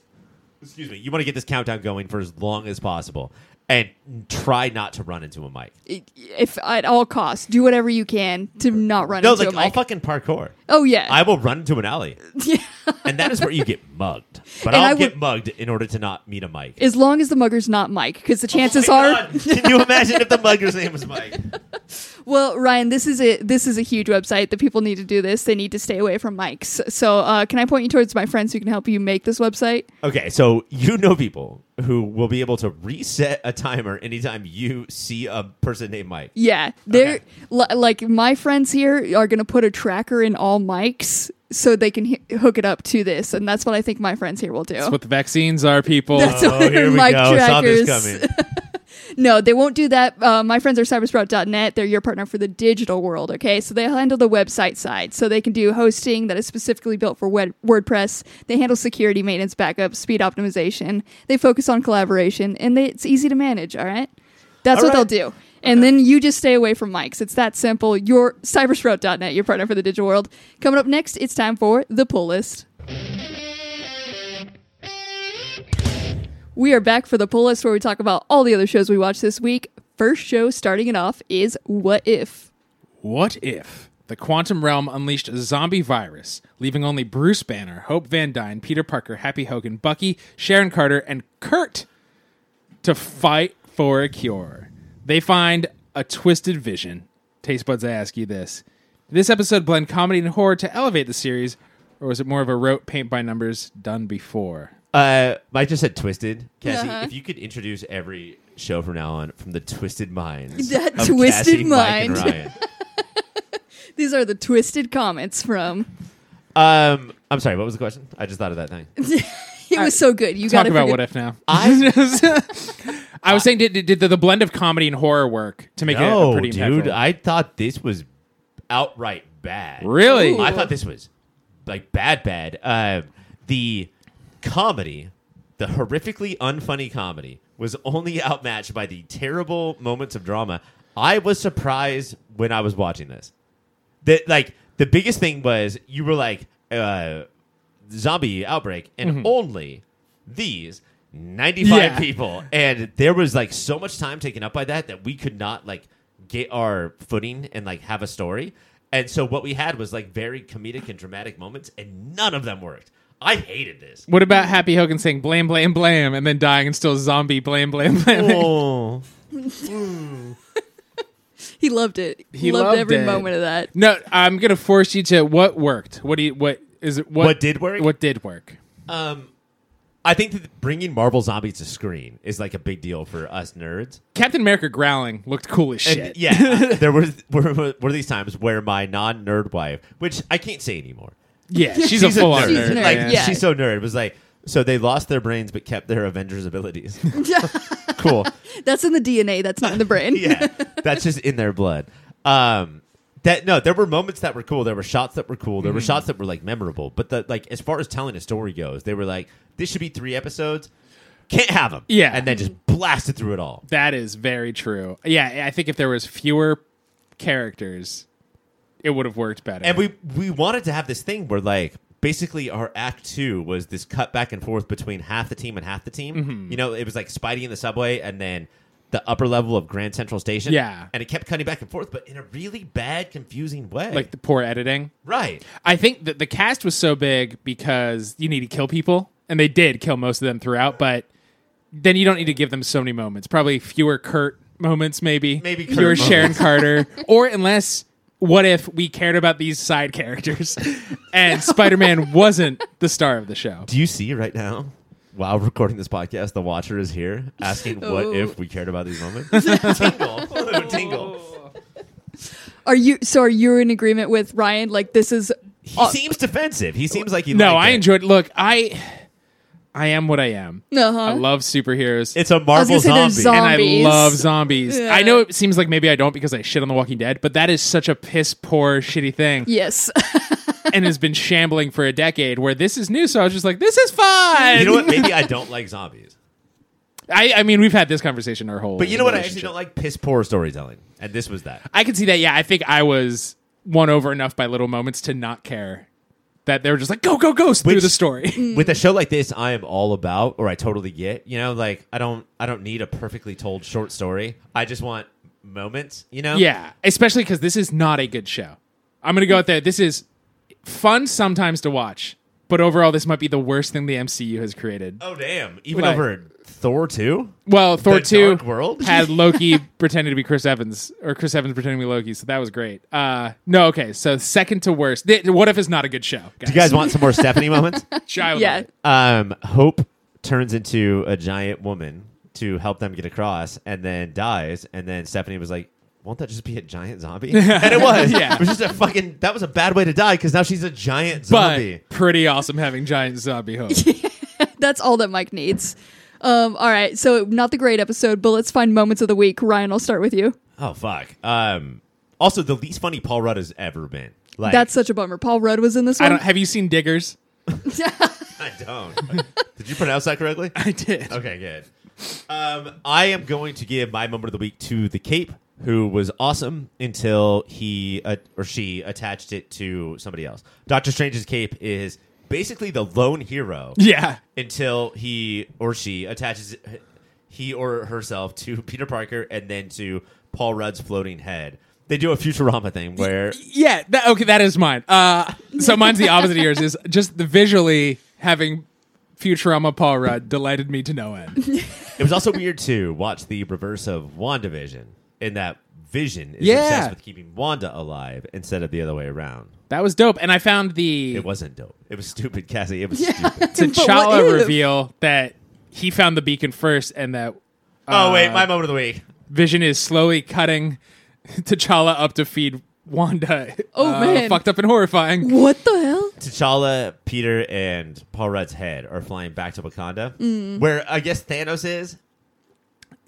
[SPEAKER 2] excuse me you want to get this countdown going for as long as possible and try not to run into a mic
[SPEAKER 1] I- If at all costs, do whatever you can to not run
[SPEAKER 2] no
[SPEAKER 1] into
[SPEAKER 2] like
[SPEAKER 1] a
[SPEAKER 2] i'll
[SPEAKER 1] mic.
[SPEAKER 2] fucking parkour
[SPEAKER 1] oh yeah,
[SPEAKER 2] i will run into an alley
[SPEAKER 1] [laughs] Yeah.
[SPEAKER 2] and that is where you get mugged but
[SPEAKER 1] And I
[SPEAKER 2] i'll get
[SPEAKER 1] would-
[SPEAKER 2] mugged in order to not meet a mic
[SPEAKER 1] as long as the mugger's not Mike, because the chances
[SPEAKER 2] Oh my
[SPEAKER 1] are.
[SPEAKER 2] God, can you imagine if the mugger's name was
[SPEAKER 1] [laughs]
[SPEAKER 2] mike
[SPEAKER 1] Well, Ryan, this is a this is a huge website that people need to do this. They need to stay away from mics. So, uh, can I point you towards my friends who can help you make this website?
[SPEAKER 2] okay so you know people who will be able to reset a timer anytime you see a person named mike
[SPEAKER 1] Yeah, they're
[SPEAKER 2] Okay.
[SPEAKER 1] li- like my friends here are going to put a tracker in all mics so they can h- hook it up to this, and that's what I think my friends here will do.
[SPEAKER 3] That's what the vaccines are, people.
[SPEAKER 1] That's what
[SPEAKER 2] oh here we
[SPEAKER 1] mic
[SPEAKER 2] go saw this
[SPEAKER 1] trackers.
[SPEAKER 2] coming
[SPEAKER 1] No, they won't do that. Uh, my friends are cybersprout.net. They're your partner for the digital world, okay? So they handle the website side. So they can do hosting that is specifically built for web- WordPress. They handle security, maintenance, backup, speed optimization. They focus on collaboration, and they, it's easy to manage, all right? That's
[SPEAKER 2] All
[SPEAKER 1] what
[SPEAKER 2] right.
[SPEAKER 1] they'll do. And then you just stay away from mics. It's that simple. Your cybersprout.net, your partner for the digital world. Coming up next, it's time for the pull list. We are back for the pull list where we talk about all the other shows we watched this week. First show starting it off is What If?
[SPEAKER 3] What if the quantum realm unleashed a zombie virus, leaving only Bruce Banner, Hope Van Dyne, Peter Parker, Happy Hogan, Bucky, Sharon Carter, and Kurt to fight for a cure? They find a twisted vision. Taste buds, I ask you this. Did this episode blend comedy and horror to elevate the series, or was it more of a rote paint by numbers done before?
[SPEAKER 2] Uh, Mike just said twisted. Cassie,
[SPEAKER 1] Uh-huh.
[SPEAKER 2] if you could introduce every show from now on from the twisted minds.
[SPEAKER 1] [laughs] That
[SPEAKER 2] of
[SPEAKER 1] twisted
[SPEAKER 2] Cassie, Mike, and
[SPEAKER 1] mind.
[SPEAKER 2] Ryan.
[SPEAKER 1] These are the twisted comments
[SPEAKER 3] [laughs]
[SPEAKER 1] from.
[SPEAKER 2] Um, I'm sorry, what was the question? I just thought of that
[SPEAKER 3] [laughs]
[SPEAKER 2] thing.
[SPEAKER 1] It was so good. You got
[SPEAKER 3] Talk
[SPEAKER 1] to
[SPEAKER 3] about what if now. [laughs] I, was saying, did, did the, the blend of comedy and horror work to make it a
[SPEAKER 2] No,
[SPEAKER 3] pretty
[SPEAKER 2] dude,
[SPEAKER 3] impactful-
[SPEAKER 2] I thought this was outright bad.
[SPEAKER 3] Really?
[SPEAKER 1] Ooh.
[SPEAKER 2] I thought this was like bad, bad. Uh, the comedy, the horrifically unfunny comedy, was only outmatched by the terrible moments of drama. I was surprised when I was watching this. That like the biggest thing was you were like uh, zombie outbreak, and only these. 95
[SPEAKER 3] Yeah.
[SPEAKER 2] people and there was like so much time taken up by that that we could not like get our footing and like have a story and so what we had was like very comedic and dramatic moments and none of them worked i hated this
[SPEAKER 3] What about Happy Hogan saying blame, blame, blame, and then dying and still zombie blame, blame, blame?
[SPEAKER 2] oh
[SPEAKER 1] He loved it.
[SPEAKER 3] He
[SPEAKER 1] loved,
[SPEAKER 3] loved
[SPEAKER 1] every
[SPEAKER 3] it.
[SPEAKER 1] moment of that.
[SPEAKER 3] No, I'm gonna force you to what worked. What do you what is it? What,
[SPEAKER 2] What did work?
[SPEAKER 3] What did work?
[SPEAKER 2] Um, I think that bringing Marvel Zombies to screen is like a big deal for us nerds.
[SPEAKER 3] Captain America growling looked cool as shit.
[SPEAKER 2] And
[SPEAKER 3] [laughs]
[SPEAKER 2] yeah, there were, were were these times where my non-nerd wife, which I can't say anymore, [laughs]
[SPEAKER 3] Yeah, she's, a full on
[SPEAKER 1] She's
[SPEAKER 3] nerd.
[SPEAKER 1] a nerd,
[SPEAKER 2] Like
[SPEAKER 1] yeah.
[SPEAKER 2] she's so nerd. It was like so they lost their brains but kept their Avengers
[SPEAKER 3] [laughs]
[SPEAKER 2] abilities. [laughs] cool.
[SPEAKER 1] That's in the DNA. That's not in the
[SPEAKER 3] [laughs]
[SPEAKER 1] brain.
[SPEAKER 2] Yeah, that's just in their blood. Um, that no, there were moments that were cool. There were shots that were cool. There
[SPEAKER 3] Mm-hmm.
[SPEAKER 2] were shots that were like memorable. But the like as far as telling a story goes, they were like this should be three episodes. Can't have them.
[SPEAKER 3] Yeah.
[SPEAKER 2] and then just blasted through it all.
[SPEAKER 3] That is very true. Yeah, I think if there was fewer characters, it would have worked better.
[SPEAKER 2] And we we wanted to have this thing where like basically our act two was this cut back and forth between half the team and half the team.
[SPEAKER 3] Mm-hmm.
[SPEAKER 2] You know, it was like Spidey in the subway and then the upper level of Grand Central Station.
[SPEAKER 3] Yeah.
[SPEAKER 2] And it kept cutting back and forth, but in a really bad, confusing way.
[SPEAKER 3] like the poor editing.
[SPEAKER 2] right.
[SPEAKER 3] I think that the cast was so big because you need to kill people, and they did kill most of them throughout. But then you don't need to give them so many moments. Probably fewer Kurt moments, maybe
[SPEAKER 2] Maybe Kurt
[SPEAKER 3] fewer
[SPEAKER 2] moments. [laughs]
[SPEAKER 3] Sharon Carter, or unless what if we cared about these side characters, [laughs] and Spider Man wasn't the star of the show.
[SPEAKER 2] Do you see right now? While recording this podcast, the watcher is here asking what
[SPEAKER 1] Oh.
[SPEAKER 2] if we cared about these moments.
[SPEAKER 1] [laughs]
[SPEAKER 2] [laughs] tingle, Oh, tingle.
[SPEAKER 1] Are you? So are you in agreement with Ryan? Like this is.
[SPEAKER 2] He
[SPEAKER 1] uh,
[SPEAKER 2] seems defensive. He seems like he.
[SPEAKER 3] Oh. No,
[SPEAKER 2] liked
[SPEAKER 3] I
[SPEAKER 2] it.
[SPEAKER 3] enjoyed. Look, I, I am what I am.
[SPEAKER 1] Uh-huh.
[SPEAKER 3] I love superheroes.
[SPEAKER 2] It's a
[SPEAKER 1] was
[SPEAKER 2] Marvel
[SPEAKER 1] gonna say there's
[SPEAKER 2] zombie.
[SPEAKER 1] zom-
[SPEAKER 3] and I
[SPEAKER 1] Zombies.
[SPEAKER 3] love zombies.
[SPEAKER 1] Yeah.
[SPEAKER 3] I know it seems like maybe I don't because I shit on The Walking Dead, but that is such a piss poor, shitty thing
[SPEAKER 1] yes.
[SPEAKER 3] and has been shambling for a decade where this is new. So I was just like, this is
[SPEAKER 2] [laughs]
[SPEAKER 3] fun.
[SPEAKER 2] you know what? Maybe
[SPEAKER 3] [laughs]
[SPEAKER 2] I don't like zombies.
[SPEAKER 3] I, I mean, we've had this conversation our whole
[SPEAKER 2] But you know what? I actually
[SPEAKER 3] relationship.
[SPEAKER 2] don't like piss poor storytelling, and this was that.
[SPEAKER 3] I can see that. Yeah, I think I was won over enough by little moments to not care that they were just like, go, go, go through
[SPEAKER 2] Which-
[SPEAKER 3] the story.
[SPEAKER 2] [laughs]
[SPEAKER 3] [laughs]
[SPEAKER 2] With a show like this, I am all about, or I totally get. You know, like I don't, I don't need a perfectly told short story. I just want moments. You know?
[SPEAKER 3] Yeah, especially because this is not a good show. I'm gonna go out there. This is fun sometimes to watch, but overall, this might be the worst thing the MCU has created.
[SPEAKER 2] Oh damn! Even
[SPEAKER 3] Like-
[SPEAKER 2] over Thor two.
[SPEAKER 3] Well, Thor
[SPEAKER 2] The
[SPEAKER 3] two
[SPEAKER 2] Dark
[SPEAKER 1] [laughs]
[SPEAKER 2] World?
[SPEAKER 3] had Loki pretending to be Chris Evans or Chris Evans pretending to be Loki, so that was great. Uh, no, okay, so second to worst. Th- what if it's not a good show? Guys?
[SPEAKER 2] Do you guys want some more Stephanie moments? [laughs]
[SPEAKER 3] Shy
[SPEAKER 1] [laughs]
[SPEAKER 3] with
[SPEAKER 1] yeah.
[SPEAKER 3] it.
[SPEAKER 2] Um, Hope turns into a giant woman to help them get across, and then dies. And then Stephanie was like, "Won't that just be a giant
[SPEAKER 3] [laughs]
[SPEAKER 2] zombie?" and it was.
[SPEAKER 3] Yeah.
[SPEAKER 2] it was just a fucking. That was a bad way to die because now she's a giant
[SPEAKER 3] but
[SPEAKER 2] zombie.
[SPEAKER 3] pretty awesome having giant
[SPEAKER 1] [laughs]
[SPEAKER 3] zombie hope.
[SPEAKER 1] That's all that Mike needs. Um, all right, so not the great episode, but let's find moments of the week. Ryan, I'll start with you.
[SPEAKER 2] Oh fuck. Um. Also, the least funny Paul Rudd has ever been. Like
[SPEAKER 1] That's such a bummer. Paul Rudd was in this
[SPEAKER 3] I
[SPEAKER 1] one.
[SPEAKER 3] don't. Have you seen Diggers?
[SPEAKER 2] [laughs] I don't. Did you pronounce that correctly?
[SPEAKER 3] I did.
[SPEAKER 2] Okay, good. Um, I am going to give my moment of the week to the Cape, who was awesome until he uh, or she attached it to somebody else. Doctor Strange's cape is basically the lone hero
[SPEAKER 3] [laughs] Yeah.
[SPEAKER 2] until he or she attaches he or herself to [laughs] Peter Parker and then to Paul Rudd's floating head. They do a Futurama thing where
[SPEAKER 3] Yeah, that, okay, that is mine. Uh, so mine's the opposite of yours. Is just the visually having Futurama Paul Rudd delighted me to no
[SPEAKER 1] Mm-hmm.
[SPEAKER 3] end.
[SPEAKER 2] It was also weird to watch the reverse of WandaVision in that Vision is
[SPEAKER 3] Yeah.
[SPEAKER 2] obsessed with keeping Wanda alive instead of the other way around.
[SPEAKER 3] That was dope, and I found the
[SPEAKER 2] It wasn't dope. It was stupid, Cassie. It was stupid.
[SPEAKER 1] [laughs]
[SPEAKER 3] [laughs]
[SPEAKER 1] But what
[SPEAKER 3] T'Challa
[SPEAKER 1] if?
[SPEAKER 3] reveal that he found the beacon first, and that
[SPEAKER 2] Oh
[SPEAKER 3] Uh,
[SPEAKER 2] wait, my moment of the week.
[SPEAKER 3] Vision is slowly cutting [laughs] T'Challa up to feed Wanda.
[SPEAKER 1] Oh,
[SPEAKER 3] Uh,
[SPEAKER 1] man.
[SPEAKER 3] fucked up and horrifying.
[SPEAKER 1] What the hell?
[SPEAKER 2] T'Challa, Peter, and Paul Rudd's head are flying back to Wakanda,
[SPEAKER 3] Mm-hmm.
[SPEAKER 2] where I guess Thanos is.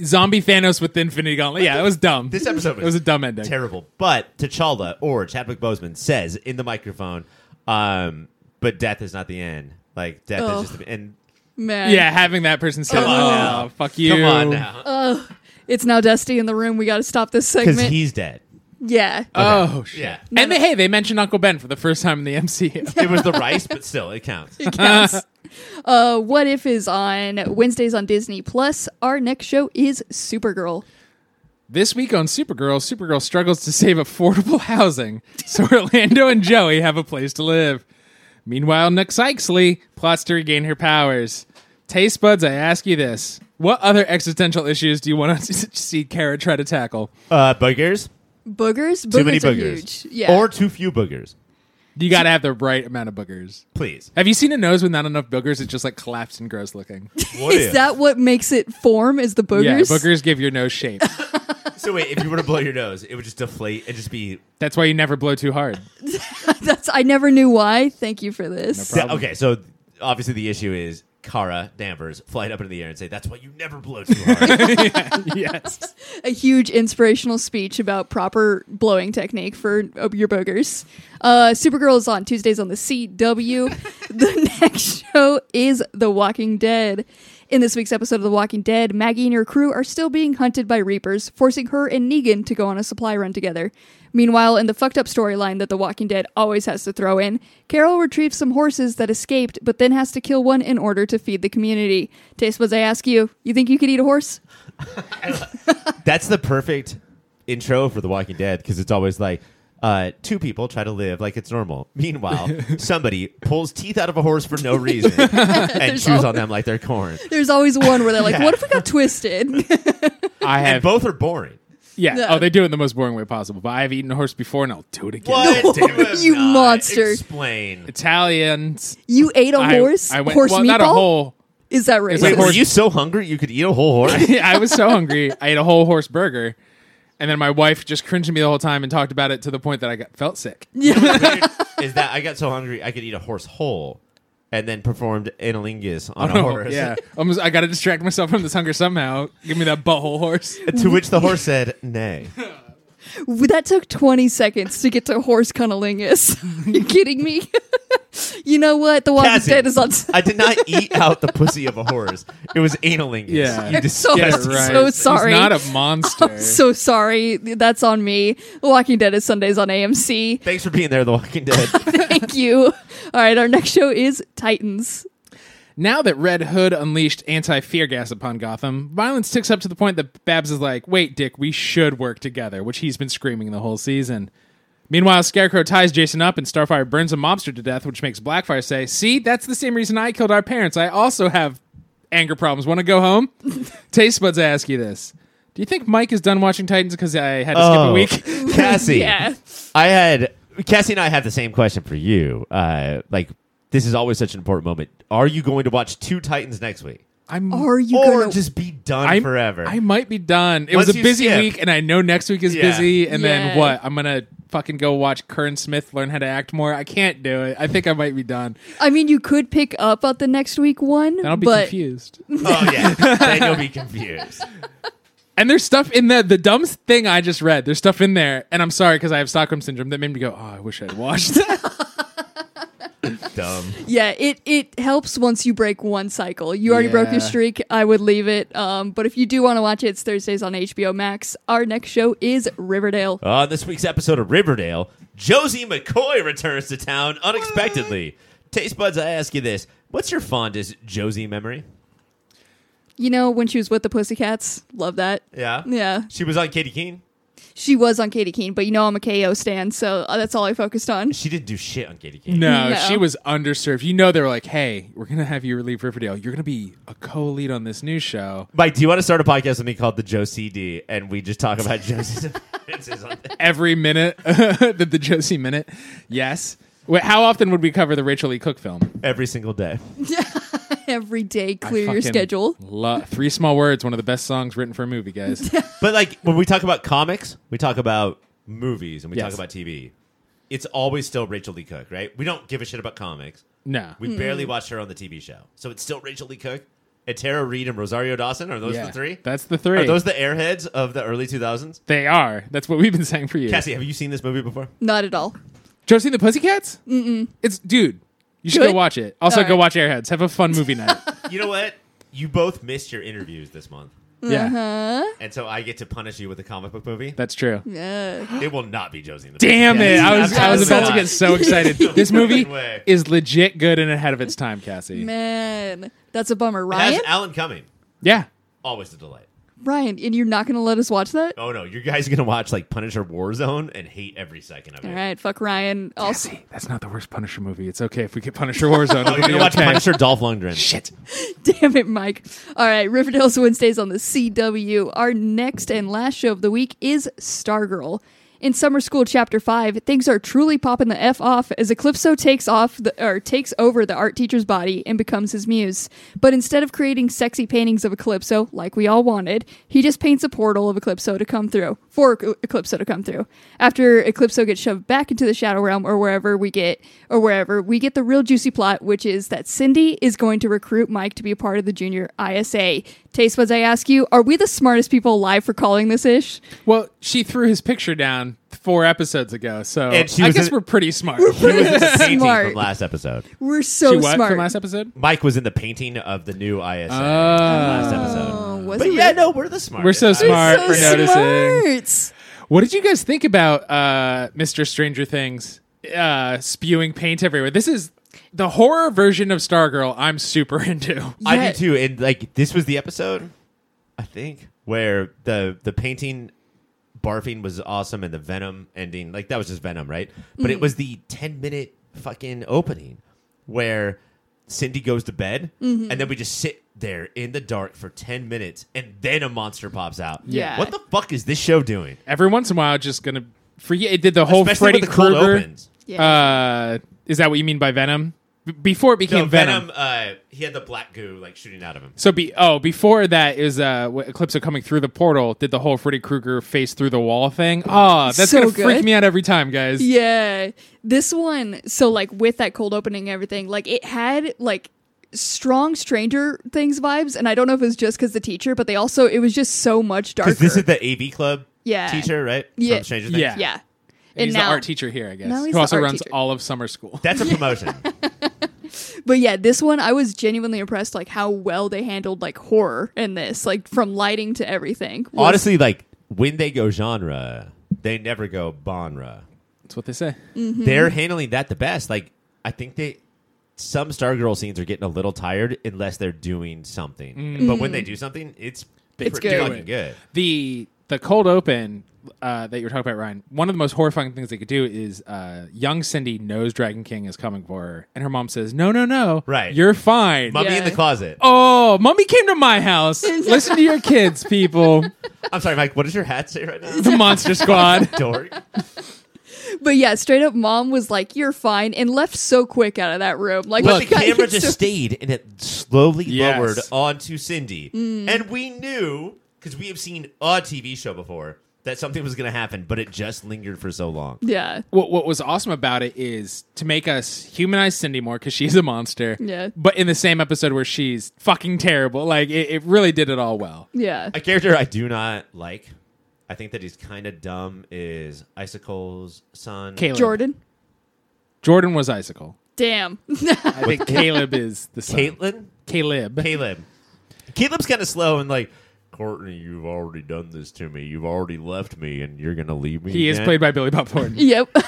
[SPEAKER 3] Zombie Thanos with the Infinity Gauntlet. Yeah, that was dumb. [laughs]
[SPEAKER 2] This episode was,
[SPEAKER 3] it was a dumb ending.
[SPEAKER 2] terrible. But T'Challa or Chadwick Boseman says in the microphone, um, "But death is not the end. Like death
[SPEAKER 1] Oh.
[SPEAKER 2] is just the end."
[SPEAKER 1] Man.
[SPEAKER 3] yeah, having that person say,
[SPEAKER 2] Come on
[SPEAKER 3] "Oh,
[SPEAKER 2] now.
[SPEAKER 3] fuck you."
[SPEAKER 2] Come on now,
[SPEAKER 1] It's now Dusty in the room. We got to stop this
[SPEAKER 2] because
[SPEAKER 1] segment.
[SPEAKER 2] he's dead.
[SPEAKER 1] yeah.
[SPEAKER 3] Oh shit.
[SPEAKER 2] Yeah.
[SPEAKER 3] And they, hey, they mentioned Uncle Ben for the first time in the MCU.
[SPEAKER 2] it was the rice, but still, it counts.
[SPEAKER 1] [laughs] It counts. uh, what if is on Wednesdays on Disney Plus. Our next show is Supergirl.
[SPEAKER 3] this week on Supergirl, Supergirl struggles to save affordable [laughs] housing, so Orlando and Joey have a place to live. Meanwhile, Nick Sykesley plots to regain her powers. Taste buds, I ask you this: What other existential issues do you want [laughs] to see Kara try to tackle?
[SPEAKER 2] Uh, boogers.
[SPEAKER 1] Boogers? Boogers
[SPEAKER 2] Too many
[SPEAKER 1] are
[SPEAKER 2] boogers.
[SPEAKER 1] huge. Yeah.
[SPEAKER 2] Or too few boogers.
[SPEAKER 3] You got to have the right amount of boogers.
[SPEAKER 2] Please.
[SPEAKER 3] Have you seen a nose with not enough boogers? It's just like collapsed and gross looking.
[SPEAKER 2] [laughs] What
[SPEAKER 1] is
[SPEAKER 2] if-
[SPEAKER 1] that what makes it form? Is the boogers?
[SPEAKER 3] Yeah, boogers give your nose shape.
[SPEAKER 2] So wait, if you were to blow your nose, it would just deflate and just be
[SPEAKER 3] That's why you never blow too hard.
[SPEAKER 1] That's I never knew why. Thank you for this.
[SPEAKER 3] No problem.
[SPEAKER 2] okay. So obviously the issue is Kara Danvers fly up into the air and say, "That's why you never blow too hard."
[SPEAKER 3] yes.
[SPEAKER 1] a huge inspirational speech about proper blowing technique for uh, your boogers. Uh, Supergirl is on Tuesdays on the CW. [laughs] the next show is The Walking Dead. In this week's episode of The Walking Dead, Maggie and her crew are still being hunted by Reapers, forcing her and Negan to go on a supply run together. Meanwhile, in the fucked up storyline that The Walking Dead always has to throw in, Carol retrieves some horses that escaped, but then has to kill one in order to feed the community. Taste buds, I ask you, you think you could eat a horse?
[SPEAKER 2] [laughs] That's the perfect intro for The Walking Dead because it's always like. Uh, two people try to live like it's normal. [laughs] Meanwhile, somebody pulls teeth out of a horse for
[SPEAKER 1] [laughs]
[SPEAKER 2] no reason and chews on them like they're corn.
[SPEAKER 1] There's always one where they're like,
[SPEAKER 2] Yeah.
[SPEAKER 1] "What if we got twisted?" [laughs]
[SPEAKER 3] I
[SPEAKER 2] And
[SPEAKER 3] have.
[SPEAKER 2] both are boring.
[SPEAKER 3] yeah.
[SPEAKER 1] No.
[SPEAKER 3] Oh, they do it in the most boring way possible. But I have eaten a horse before, and I'll do it again.
[SPEAKER 2] What?
[SPEAKER 1] No,
[SPEAKER 2] Do [laughs] it
[SPEAKER 1] you
[SPEAKER 2] not.
[SPEAKER 1] monster.
[SPEAKER 2] Explain.
[SPEAKER 3] Italians.
[SPEAKER 1] you ate a
[SPEAKER 3] I-
[SPEAKER 1] horse,
[SPEAKER 3] I went,
[SPEAKER 1] horse
[SPEAKER 3] well,
[SPEAKER 1] meatball.
[SPEAKER 3] not
[SPEAKER 1] [laughs]
[SPEAKER 3] a whole. [laughs]
[SPEAKER 1] Is that racist?
[SPEAKER 3] It's like
[SPEAKER 2] Wait, were
[SPEAKER 3] horse-
[SPEAKER 2] you so hungry you could eat a whole horse?
[SPEAKER 3] I was so hungry. I ate a whole horse burger, and then my wife just cringed at me the whole time and talked about it to the point that I got felt sick.
[SPEAKER 2] [laughs] is that I got so hungry I could eat a horse whole, and then performed analingus on a horse.
[SPEAKER 3] yeah, almost. I got to distract myself from this hunger somehow. Give me that
[SPEAKER 1] [laughs]
[SPEAKER 3] butthole horse.
[SPEAKER 2] To which the horse said, "Nay."
[SPEAKER 1] W- [laughs] that took 20 seconds to get to horse cunnilingus. [laughs] you kidding me? [laughs] you know what? The Walking
[SPEAKER 2] Cassie,
[SPEAKER 1] Dead is on. [laughs] s-
[SPEAKER 2] I did not eat out the pussy of a horse. It was analingus.
[SPEAKER 3] Yeah.
[SPEAKER 2] you
[SPEAKER 1] I'm so-
[SPEAKER 3] Get it
[SPEAKER 2] disgusting.
[SPEAKER 1] I'm
[SPEAKER 3] right.
[SPEAKER 1] so
[SPEAKER 3] He's
[SPEAKER 1] sorry.
[SPEAKER 3] not a monster.
[SPEAKER 1] [laughs] I'm so sorry. That's on me. The Walking Dead is Sundays on AMC.
[SPEAKER 2] Thanks for being there, The Walking
[SPEAKER 1] [laughs]
[SPEAKER 2] Dead.
[SPEAKER 1] Thank you. All right, our next show is Titans.
[SPEAKER 3] Now that Red Hood unleashed anti fear gas upon Gotham, violence ticks up to the point that Babs is like, wait, Dick, we should work together, which he's been screaming the whole season. Meanwhile, Scarecrow ties Jason up and Starfire burns a mobster to death, which makes Blackfire say, See, that's the same reason I killed our parents. I also have anger problems. Want to go home? [laughs] Taste buds, I ask you this. Do you think Mike is done watching Titans because I had to skip a week?
[SPEAKER 2] Oh, Cassie.
[SPEAKER 1] Yeah.
[SPEAKER 2] I had Cassie and I have the same question for you. Uh, like this is always such an important moment. Are you going to watch two Titans next week,
[SPEAKER 3] I'm
[SPEAKER 1] Are you
[SPEAKER 2] or
[SPEAKER 1] gonna?
[SPEAKER 2] just be done
[SPEAKER 3] I'm-
[SPEAKER 2] forever?
[SPEAKER 3] I might be done. It was
[SPEAKER 2] Once
[SPEAKER 3] a
[SPEAKER 2] you
[SPEAKER 3] busy
[SPEAKER 2] skip.
[SPEAKER 3] week, and I know next week is
[SPEAKER 2] Yeah.
[SPEAKER 3] busy. And
[SPEAKER 1] Yeah.
[SPEAKER 3] then what? I'm gonna fucking go watch Kern Smith learn how to act more. I can't do it. I think I might be done.
[SPEAKER 1] I mean, you could pick up at the next week one,
[SPEAKER 3] Then I'll be
[SPEAKER 1] but
[SPEAKER 3] confused.
[SPEAKER 2] oh
[SPEAKER 3] [laughs]
[SPEAKER 2] yeah, then you'll be confused.
[SPEAKER 3] And there's stuff in the the dumb thing I just read. There's stuff in there, and I'm sorry because I have Stockholm syndrome that made me go, "Oh, I wish I'd watched."
[SPEAKER 1] [laughs]
[SPEAKER 2] Dumb.
[SPEAKER 1] Yeah, it it helps once you break one cycle. You already broke your
[SPEAKER 3] Yeah.
[SPEAKER 1] streak. I would leave it. Um, but if you do want to watch it, it's Thursdays on HBO Max. Our next show is Riverdale.
[SPEAKER 2] On Uh, this week's episode of Riverdale, Josie McCoy returns to town unexpectedly. Taste buds, I ask you this: What's your fondest Josie memory?
[SPEAKER 1] You know when she was with the Pussycats, love that.
[SPEAKER 2] Yeah,
[SPEAKER 1] Yeah,
[SPEAKER 2] She was on Katie Keene.
[SPEAKER 1] she was on Katie Keene, but you know I'm a KO stan, so uh, that's all I focused on. [laughs]
[SPEAKER 2] She didn't do shit on Katie Keene.
[SPEAKER 3] no,
[SPEAKER 1] No.
[SPEAKER 3] she was underserved. You know, they were like, "Hey, we're gonna have you leave Riverdale. You're gonna be a co-lead on this new show."
[SPEAKER 2] Mike, do you want to start a podcast with me called the Joe CD, and we just talk about Josie's [laughs] appearances on
[SPEAKER 3] Every minute, [laughs] the, the Josie minute. Yes. Wait, how often would we cover the Rachel E. Cook film?
[SPEAKER 2] every single day?
[SPEAKER 1] Every day,
[SPEAKER 3] I
[SPEAKER 1] clear your
[SPEAKER 3] fucking
[SPEAKER 1] schedule.
[SPEAKER 3] lo- three small words, one of the best songs written for a
[SPEAKER 1] [laughs]
[SPEAKER 3] movie, guys.
[SPEAKER 2] But like when we talk about comics, we talk about movies, and we
[SPEAKER 3] Yes.
[SPEAKER 2] talk about TV. It's always still Rachel Lee Cook, right? We don't give a shit about comics.
[SPEAKER 3] no.
[SPEAKER 2] We barely watched her on the TV show. So it's still Rachel Lee Cook and Tara Reid and Rosario Dawson. Are those
[SPEAKER 3] Yeah.
[SPEAKER 2] the three?
[SPEAKER 3] That's the three.
[SPEAKER 2] Are those the airheads of the early 2000s?
[SPEAKER 3] they are. That's what we've been saying for years.
[SPEAKER 2] Cassie, have you seen this movie before?
[SPEAKER 1] Not at all.
[SPEAKER 3] Josie and the Pussycats? Mm-mm. It's, dude, you should go
[SPEAKER 1] Good.
[SPEAKER 3] watch it. Also,
[SPEAKER 1] All
[SPEAKER 3] go
[SPEAKER 1] right.
[SPEAKER 3] watch Airheads. Have a fun
[SPEAKER 1] [laughs]
[SPEAKER 3] movie night.
[SPEAKER 2] You know what? You both missed your interviews this month.
[SPEAKER 3] yeah.
[SPEAKER 2] And so I get to punish you with a comic book movie.
[SPEAKER 3] That's true.
[SPEAKER 1] Uh-huh. Yeah.
[SPEAKER 2] It will not be Josie and the
[SPEAKER 3] Damn it. I was, I was
[SPEAKER 1] absolutely
[SPEAKER 3] about to
[SPEAKER 1] not.
[SPEAKER 2] [laughs]
[SPEAKER 3] get so excited. this
[SPEAKER 2] No
[SPEAKER 3] movie
[SPEAKER 2] way.
[SPEAKER 3] is legit good and ahead of its time, Cassie.
[SPEAKER 1] man, that's a bummer.
[SPEAKER 2] It has
[SPEAKER 1] Ryan,
[SPEAKER 2] Alan Cumming.
[SPEAKER 3] Yeah.
[SPEAKER 2] Always a delight.
[SPEAKER 1] Ryan, and you're not going to let us watch that?
[SPEAKER 2] Oh no, you guys are gonna watch like Punisher Warzone and hate every second of it.
[SPEAKER 1] All right, fuck Ryan. Also,
[SPEAKER 3] See, that's not the worst Punisher movie. It's okay if we get Punisher Warzone.
[SPEAKER 2] Oh,
[SPEAKER 3] It'll
[SPEAKER 2] you're
[SPEAKER 3] be
[SPEAKER 2] gonna watch
[SPEAKER 3] okay.
[SPEAKER 2] Punisher
[SPEAKER 1] [laughs]
[SPEAKER 2] Dolph Lundgren.
[SPEAKER 3] Shit.
[SPEAKER 1] Damn it, Mike. All right, Riverdale's Wednesdays on the CW. Our next and last show of the week is Stargirl. In Summer School Chapter 5, things are truly popping the F off as Eclipso takes off the, or takes over the art teacher's body and becomes his muse. But instead of creating sexy paintings of Eclipso, like we all wanted, he just paints a portal of Eclipso to come through, for Ec- Eclipso to come through. After Eclipso gets shoved back into the Shadow Realm or wherever we get or wherever, we get the real juicy plot, which is that Cindy is going to recruit Mike to be a part of the junior ISA. Taste buds, I ask you, are we the smartest people alive for calling this ish?
[SPEAKER 3] Well, she threw his picture down four episodes ago, so
[SPEAKER 2] And she
[SPEAKER 3] I
[SPEAKER 2] was
[SPEAKER 3] guess
[SPEAKER 2] in-
[SPEAKER 3] we're pretty smart.
[SPEAKER 2] He was in the painting
[SPEAKER 1] Smart.
[SPEAKER 2] from last episode.
[SPEAKER 1] We're
[SPEAKER 3] she
[SPEAKER 1] so
[SPEAKER 3] what
[SPEAKER 1] smart.
[SPEAKER 3] from last episode?
[SPEAKER 2] Mike was in the painting of the new ISA last episode.
[SPEAKER 1] was
[SPEAKER 2] But
[SPEAKER 1] Oh, it
[SPEAKER 2] yeah,
[SPEAKER 1] really?
[SPEAKER 2] no, we're the smartest.
[SPEAKER 3] Uh, We're
[SPEAKER 2] I-
[SPEAKER 3] so smart
[SPEAKER 1] so
[SPEAKER 3] for noticing.
[SPEAKER 1] smart.
[SPEAKER 3] What did you guys think about uh, Mr. Stranger Things uh, spewing paint everywhere? This is the horror version of Stargirl I'm super [laughs] into.
[SPEAKER 2] I
[SPEAKER 1] Yeah.
[SPEAKER 2] do too. And like this was the episode, I think, where the the painting barfing was awesome and the venom ending, like that was just venom, right? But
[SPEAKER 1] Mm.
[SPEAKER 2] it was the ten minute fucking opening where Cindy goes to bed
[SPEAKER 1] Mm-hmm.
[SPEAKER 2] and then we just sit there in the dark for ten minutes and then a monster pops out.
[SPEAKER 1] Yeah.
[SPEAKER 2] What the fuck is this show doing?
[SPEAKER 3] Every once in a while, just gonna forget. It did the whole
[SPEAKER 2] Especially
[SPEAKER 3] Freddy
[SPEAKER 2] when the cold
[SPEAKER 3] Krueger.
[SPEAKER 2] opens.
[SPEAKER 3] Uh, is that what you mean by Venom? B- before it became
[SPEAKER 2] No,
[SPEAKER 3] Venom.
[SPEAKER 2] Venom, uh, he had the black goo like shooting out of him.
[SPEAKER 3] So be oh before that is uh what Eclipse coming through the portal did the whole Freddy Krueger face through the wall thing. Oh, that's
[SPEAKER 1] So
[SPEAKER 3] gonna
[SPEAKER 1] good.
[SPEAKER 3] freak me out every time, guys.
[SPEAKER 1] Yeah. This one, so like with that cold opening and everything, like it had like strong Stranger Things vibes, and I don't know if it was just because the teacher, but they also it was just so much darker.
[SPEAKER 2] Because this is the AV Club
[SPEAKER 1] Yeah.
[SPEAKER 2] teacher, right?
[SPEAKER 1] Yeah.
[SPEAKER 2] From Stranger Things.
[SPEAKER 3] Yeah.
[SPEAKER 1] yeah. And
[SPEAKER 3] he's
[SPEAKER 1] now,
[SPEAKER 3] the art teacher here, I guess.
[SPEAKER 1] Now he's
[SPEAKER 3] who
[SPEAKER 1] the
[SPEAKER 3] also
[SPEAKER 1] art
[SPEAKER 3] runs
[SPEAKER 1] teacher.
[SPEAKER 3] all of summer school.
[SPEAKER 2] That's a promotion.
[SPEAKER 1] but yeah, this one I was genuinely impressed, like how well they handled like horror in this, like from lighting to everything. Was-
[SPEAKER 2] Honestly, like when they go genre, they never go bonra.
[SPEAKER 3] That's what they say.
[SPEAKER 2] They're handling that the best. Like I think they some Stargirl scenes are getting a little tired unless they're doing something. But when they do something, it's
[SPEAKER 1] Mm. It's
[SPEAKER 2] pretty
[SPEAKER 1] good.
[SPEAKER 2] fucking good.
[SPEAKER 3] The the cold open uh, that you were talking about, Ryan. One of the most horrifying things they could do is uh, young Cindy knows Dragon King is coming for her, and her mom says, "No, no, no,
[SPEAKER 2] Right.
[SPEAKER 3] you're fine."
[SPEAKER 2] Mummy
[SPEAKER 1] Yeah.
[SPEAKER 2] in the closet.
[SPEAKER 3] oh, mommy came to my house. Listen to your kids,
[SPEAKER 1] [laughs]
[SPEAKER 3] people.
[SPEAKER 2] I'm sorry, Mike. What does your hat say right now?
[SPEAKER 3] The Monster Squad.
[SPEAKER 2] Dork.
[SPEAKER 1] but yeah, straight up, mom was like, "You're fine," and left so quick out of that room. Like, [laughs]
[SPEAKER 2] But the
[SPEAKER 1] we got
[SPEAKER 2] camera
[SPEAKER 1] used
[SPEAKER 2] just
[SPEAKER 1] to-
[SPEAKER 2] stayed and it slowly
[SPEAKER 3] Yes.
[SPEAKER 2] lowered onto Cindy.
[SPEAKER 1] Mm.
[SPEAKER 2] And we knew, because we have seen a TV show before, that something was going to happen, but it just lingered for so long.
[SPEAKER 1] yeah,
[SPEAKER 3] What what was awesome about it is to make us humanize Cindy more because she's a monster.
[SPEAKER 1] Yeah.
[SPEAKER 3] But in the same episode where she's fucking terrible, like it, it really did it all well.
[SPEAKER 1] yeah.
[SPEAKER 2] A character I do not like, I think that he's kind of dumb, is Icicle's son.
[SPEAKER 3] Caleb.
[SPEAKER 1] Jordan,
[SPEAKER 3] Jordan was icicle.
[SPEAKER 1] damn. [laughs]
[SPEAKER 3] I think Caleb is the son.
[SPEAKER 2] Caitlin?
[SPEAKER 3] Caleb.
[SPEAKER 2] Caleb. Caleb's kind of slow and like, Courtney, you've already done this to me. You've already left me, and you're going to leave me.
[SPEAKER 3] he is
[SPEAKER 2] again?"
[SPEAKER 3] played by Billy Bob Thornton.
[SPEAKER 1] Yep. [laughs]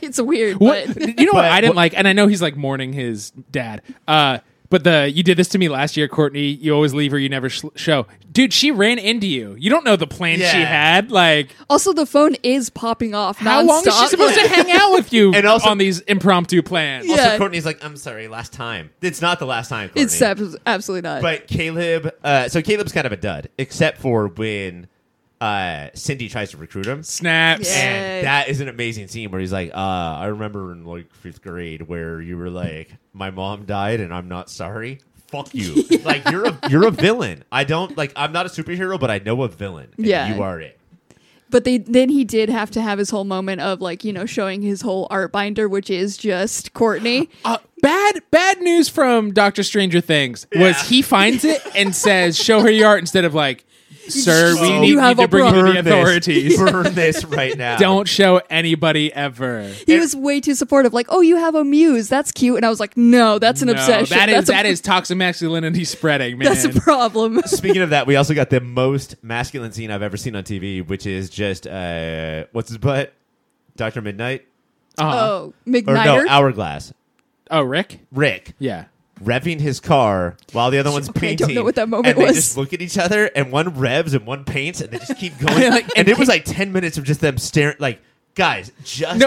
[SPEAKER 1] it's weird.
[SPEAKER 3] What
[SPEAKER 1] But
[SPEAKER 3] you know what
[SPEAKER 2] But
[SPEAKER 3] I didn't
[SPEAKER 2] what-
[SPEAKER 3] like, and I know he's like mourning his dad. Uh, but the you did this to me last year, Courtney. You always leave her, you never sh- show. Dude, she ran into you. You don't know the plan she
[SPEAKER 2] Yeah.
[SPEAKER 3] had. Like,
[SPEAKER 1] also, the phone is popping off.
[SPEAKER 3] how long is she
[SPEAKER 1] nonstop.
[SPEAKER 3] supposed to hang out with you
[SPEAKER 2] [laughs] And also-
[SPEAKER 3] on these impromptu plans?
[SPEAKER 1] Yeah.
[SPEAKER 2] Also, Courtney's like, I'm sorry, last time. It's not the last time. Courtney.
[SPEAKER 1] It's ab- absolutely not.
[SPEAKER 2] But Caleb, uh, so Caleb's kind of a dud, except for when uh, Cindy tries to recruit him.
[SPEAKER 3] Snaps.
[SPEAKER 1] Yeah.
[SPEAKER 2] And that is an amazing scene where he's like, uh, I remember in like fifth grade where you were like, my mom died and I'm not sorry. Fuck
[SPEAKER 3] [laughs]
[SPEAKER 2] you. Like you're a you're a villain. I don't like I'm not a superhero, but I know a villain. and
[SPEAKER 1] Yeah.
[SPEAKER 2] You are it.
[SPEAKER 1] But they then he did have to have his whole moment of like you know showing his whole art binder, which is just Courtney.
[SPEAKER 3] Uh, bad bad news from Doctor Stranger Things was
[SPEAKER 2] Yeah.
[SPEAKER 3] he finds it and says, "Show her your art," instead of like, "Sir,
[SPEAKER 1] just-
[SPEAKER 3] we
[SPEAKER 1] You
[SPEAKER 3] need you
[SPEAKER 1] have
[SPEAKER 3] to
[SPEAKER 1] a
[SPEAKER 3] bring you to the
[SPEAKER 2] Burn this. [laughs]
[SPEAKER 3] authorities.
[SPEAKER 2] Burn this right now.
[SPEAKER 3] Don't show anybody ever."
[SPEAKER 1] He
[SPEAKER 2] It-
[SPEAKER 1] was way too supportive. Like, oh, you have a muse, that's cute. And I was like, no, that's an
[SPEAKER 3] No,
[SPEAKER 1] obsession.
[SPEAKER 3] That is
[SPEAKER 1] that's a,
[SPEAKER 3] that is toxic masculinity spreading, man.
[SPEAKER 1] that's a
[SPEAKER 3] [laughs]
[SPEAKER 1] problem.
[SPEAKER 2] Speaking of that, we also got the most masculine scene I've ever seen on TV, which is just uh, what's his butt, Doctor Midnight,
[SPEAKER 3] Uh-huh.
[SPEAKER 1] oh,
[SPEAKER 2] or
[SPEAKER 1] McNider.
[SPEAKER 2] no Hourglass,
[SPEAKER 3] oh, Rick.
[SPEAKER 2] Rick.
[SPEAKER 3] Yeah.
[SPEAKER 2] revving his car while the other one's
[SPEAKER 1] Okay, [laughs] I
[SPEAKER 2] painting.
[SPEAKER 1] don't know what that moment
[SPEAKER 2] and they
[SPEAKER 1] was.
[SPEAKER 2] just look at each other, and one revs and one paints, and they just
[SPEAKER 1] [laughs]
[SPEAKER 2] keep going.
[SPEAKER 3] Like,
[SPEAKER 2] and it was like ten minutes of just them staring. Like, guys, just
[SPEAKER 3] No,